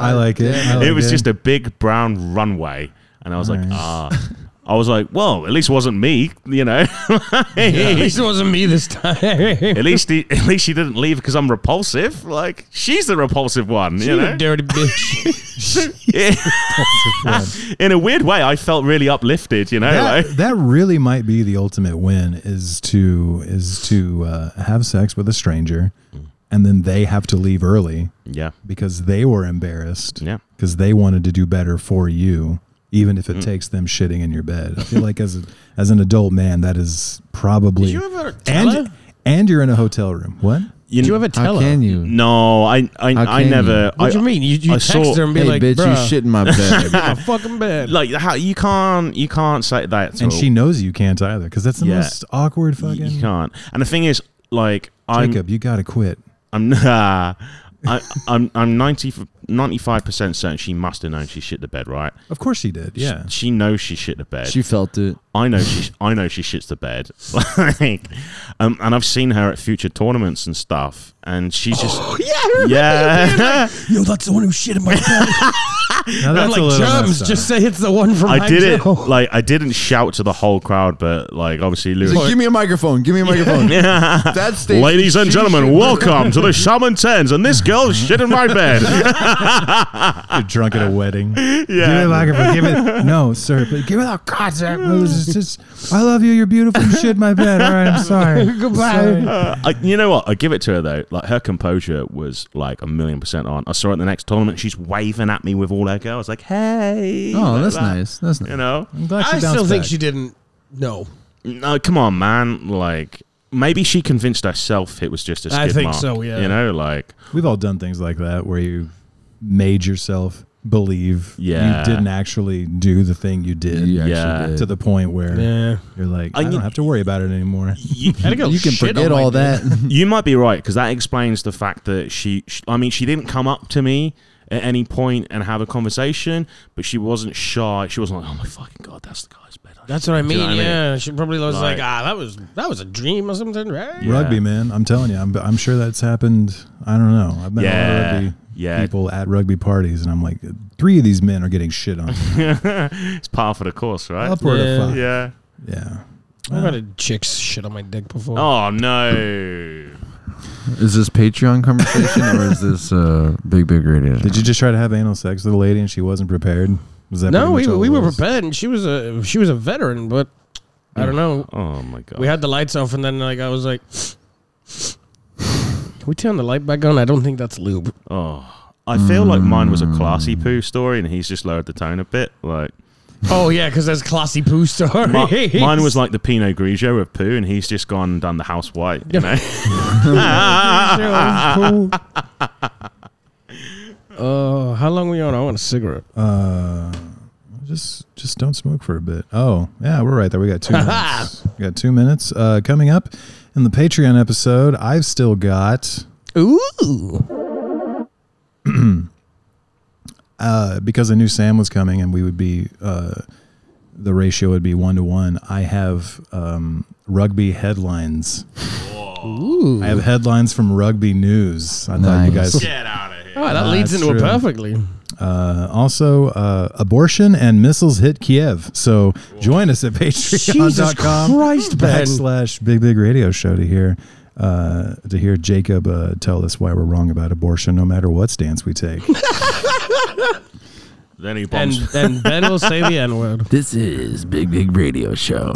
A: I like it. I like
F: it was just a big brown runway, and I was like,
A: Alright.
F: ah. I was like, well, at least it wasn't me, you know.
D: At least it wasn't me this time.
F: At least, he, at least she didn't leave because I'm repulsive. Like she's the repulsive one, you
D: You
F: know.
D: dirty bitch.
A: Yeah.
F: In a weird way, I felt really uplifted, you know.
A: that,
F: like,
A: that really might be the ultimate win is to is to uh, have sex with a stranger
F: Mm.
A: and then they have to leave early
F: yeah,
A: because they were embarrassed
F: yeah.
A: because they wanted to do better for you even
F: Mm.
A: if it takes them shitting in your bed i feel like as a, as an adult man that is probably
D: Did you ever tell
A: and
D: her?
A: and you're in a hotel room what
D: Did you ever
B: How
D: tell her?
B: can you?
F: No, I, I,
B: How
F: I
B: can
F: never.
B: you?
F: I,
D: What do you mean? You, you
F: I
D: text
F: saw-
D: her and be
B: Hey,
D: like,
B: bitch, you
D: "Bruh,
B: shit in my bed.
D: I'm fucking bad.
F: Like how you can't, you can't say that. to
A: and
F: a-
A: she knows you can't either because that's the
F: Oh. Yeah.
A: most awkward fucking
F: you can't. And the thing is, like, I'm,
A: jacob you gotta quit
F: I'm nah. I, I'm I'm 95 percent certain she must have known she shit the bed, right?
A: of course she did yeah
F: She knows she shit the bed.
B: she felt it.
F: I know she I know she shits the bed. like, um, and I've seen her at future tournaments and stuff, and she's just yeah, yeah.
A: yo that's the one who shit in my bed now
D: I'm
A: that's a
D: like,
A: little uh,
D: "Germs,
A: messed up.
D: just say it's the one from
F: I did it
D: Hangzhou."
F: like I didn't shout to the whole crowd, but like obviously Lewis.
B: She's like, give me a microphone. Give me a microphone. that stage,
F: Ladies and
B: she
F: gentlemen,
B: shit-
F: welcome to the Shaman Tens, and this girl shit in my bed.
A: You're drunk at a wedding. yeah. Give me
F: Yeah.
A: the mmicrophone. Give it. No, sir. But give me the goddamn. it was just- I love you. You're beautiful. You shit in my bed. All right. I'm sorry. Goodbye.
F: Uh, I, you know what? I give it to her though. Like her composure was like a million percent on. I saw her at the next tournament. She's waving at me with all her girls, like, "Hey!"
B: Oh,
F: like
B: that's
F: that,
B: nice. That's nice.
F: You know,
A: I'm glad she
D: I
A: bounced
D: still think
A: back.
D: she didn't know.
F: no, come on, man. Like maybe she convinced herself it was just a skid
D: I think
F: mark,
D: so, yeah.
F: you know, like
A: We've all done things like that where you made yourself believe
F: Yeah.
A: you didn't actually do the thing you did
B: You actually
F: Yeah.
B: did.
A: to the point where
D: Yeah.
A: you're like,
F: I
A: I,
F: mean-
A: don't have to worry about it anymore.
F: you,
D: I had to go
B: you can
D: shit on
B: forget
D: my
B: all
D: dick.
B: that.
F: you might be right because that explains the fact that she, sh I mean, she didn't come up to me at any point and have a conversation, but she wasn't shy. She wasn't like, "Oh my fucking god, that's the guy's bed." I
D: That's what I mean.
F: know what I mean?
D: yeah, she probably was
F: Like-
D: like, ah, that was that was a dream or something, right?
F: Yeah.
A: Rugby, man. I'm telling you, I'm, I'm sure that's happened. I don't know. I've been
F: Yeah.
A: a lot of rugby
F: Yeah.
A: people at rugby parties, and I'm like, three of these men are getting shit on.
F: It's par for the course, right?
A: Upward
D: Yeah.
A: of five.
F: Yeah.
A: Yeah.
D: I've had a chick's shit on my dick before.
F: Oh no.
B: Is this Patreon conversation or is this uh, big big radio?
A: Did you just try to have anal sex with a lady and she wasn't prepared? Was that pretty
D: no, we,
A: much all
D: we
A: it
D: were
A: was?
D: prepared, and she was a she was a veteran, but I don't know.
F: Oh my god.
D: We had the lights off, and then like I was like, can we turn the light back on? I don't think that's lube.
F: oh. I feel like mine was a classy poo story and he's just lowered the tone a bit. Like
D: oh yeah, because that's classy poo story.
F: mi- mine was like the Pinot Grigio of poo and he's just gone and done the house white, you know.
D: Oh, how long were you on? I want a cigarette.
A: Uh, just just don't smoke for a bit. Oh yeah, we're right there. We got two minutes. we got two minutes. Uh, coming up in the Patreon episode, I've still got
D: Ooh.
A: uh, because I knew Sam was coming and we would be uh, the ratio would be one to one. I have um, rugby headlines. I have headlines from rugby news. I thought you
B: Nice.
A: guys
F: Get out of here.
D: Oh, that
A: Ah,
D: leads
A: that's
D: into it
A: true.
D: perfectly.
A: Uh, also, uh, abortion and missiles hit Kiev. So join us at
D: Jesus
A: patreon.com
D: Christ, Ben.
A: backslash big big radio show to hear uh, to hear Jacob uh, tell us why we're wrong about abortion, no matter what stance we take.
F: Then he
D: And
F: bombs
D: and Ben will say the N word.
B: This is big big radio show.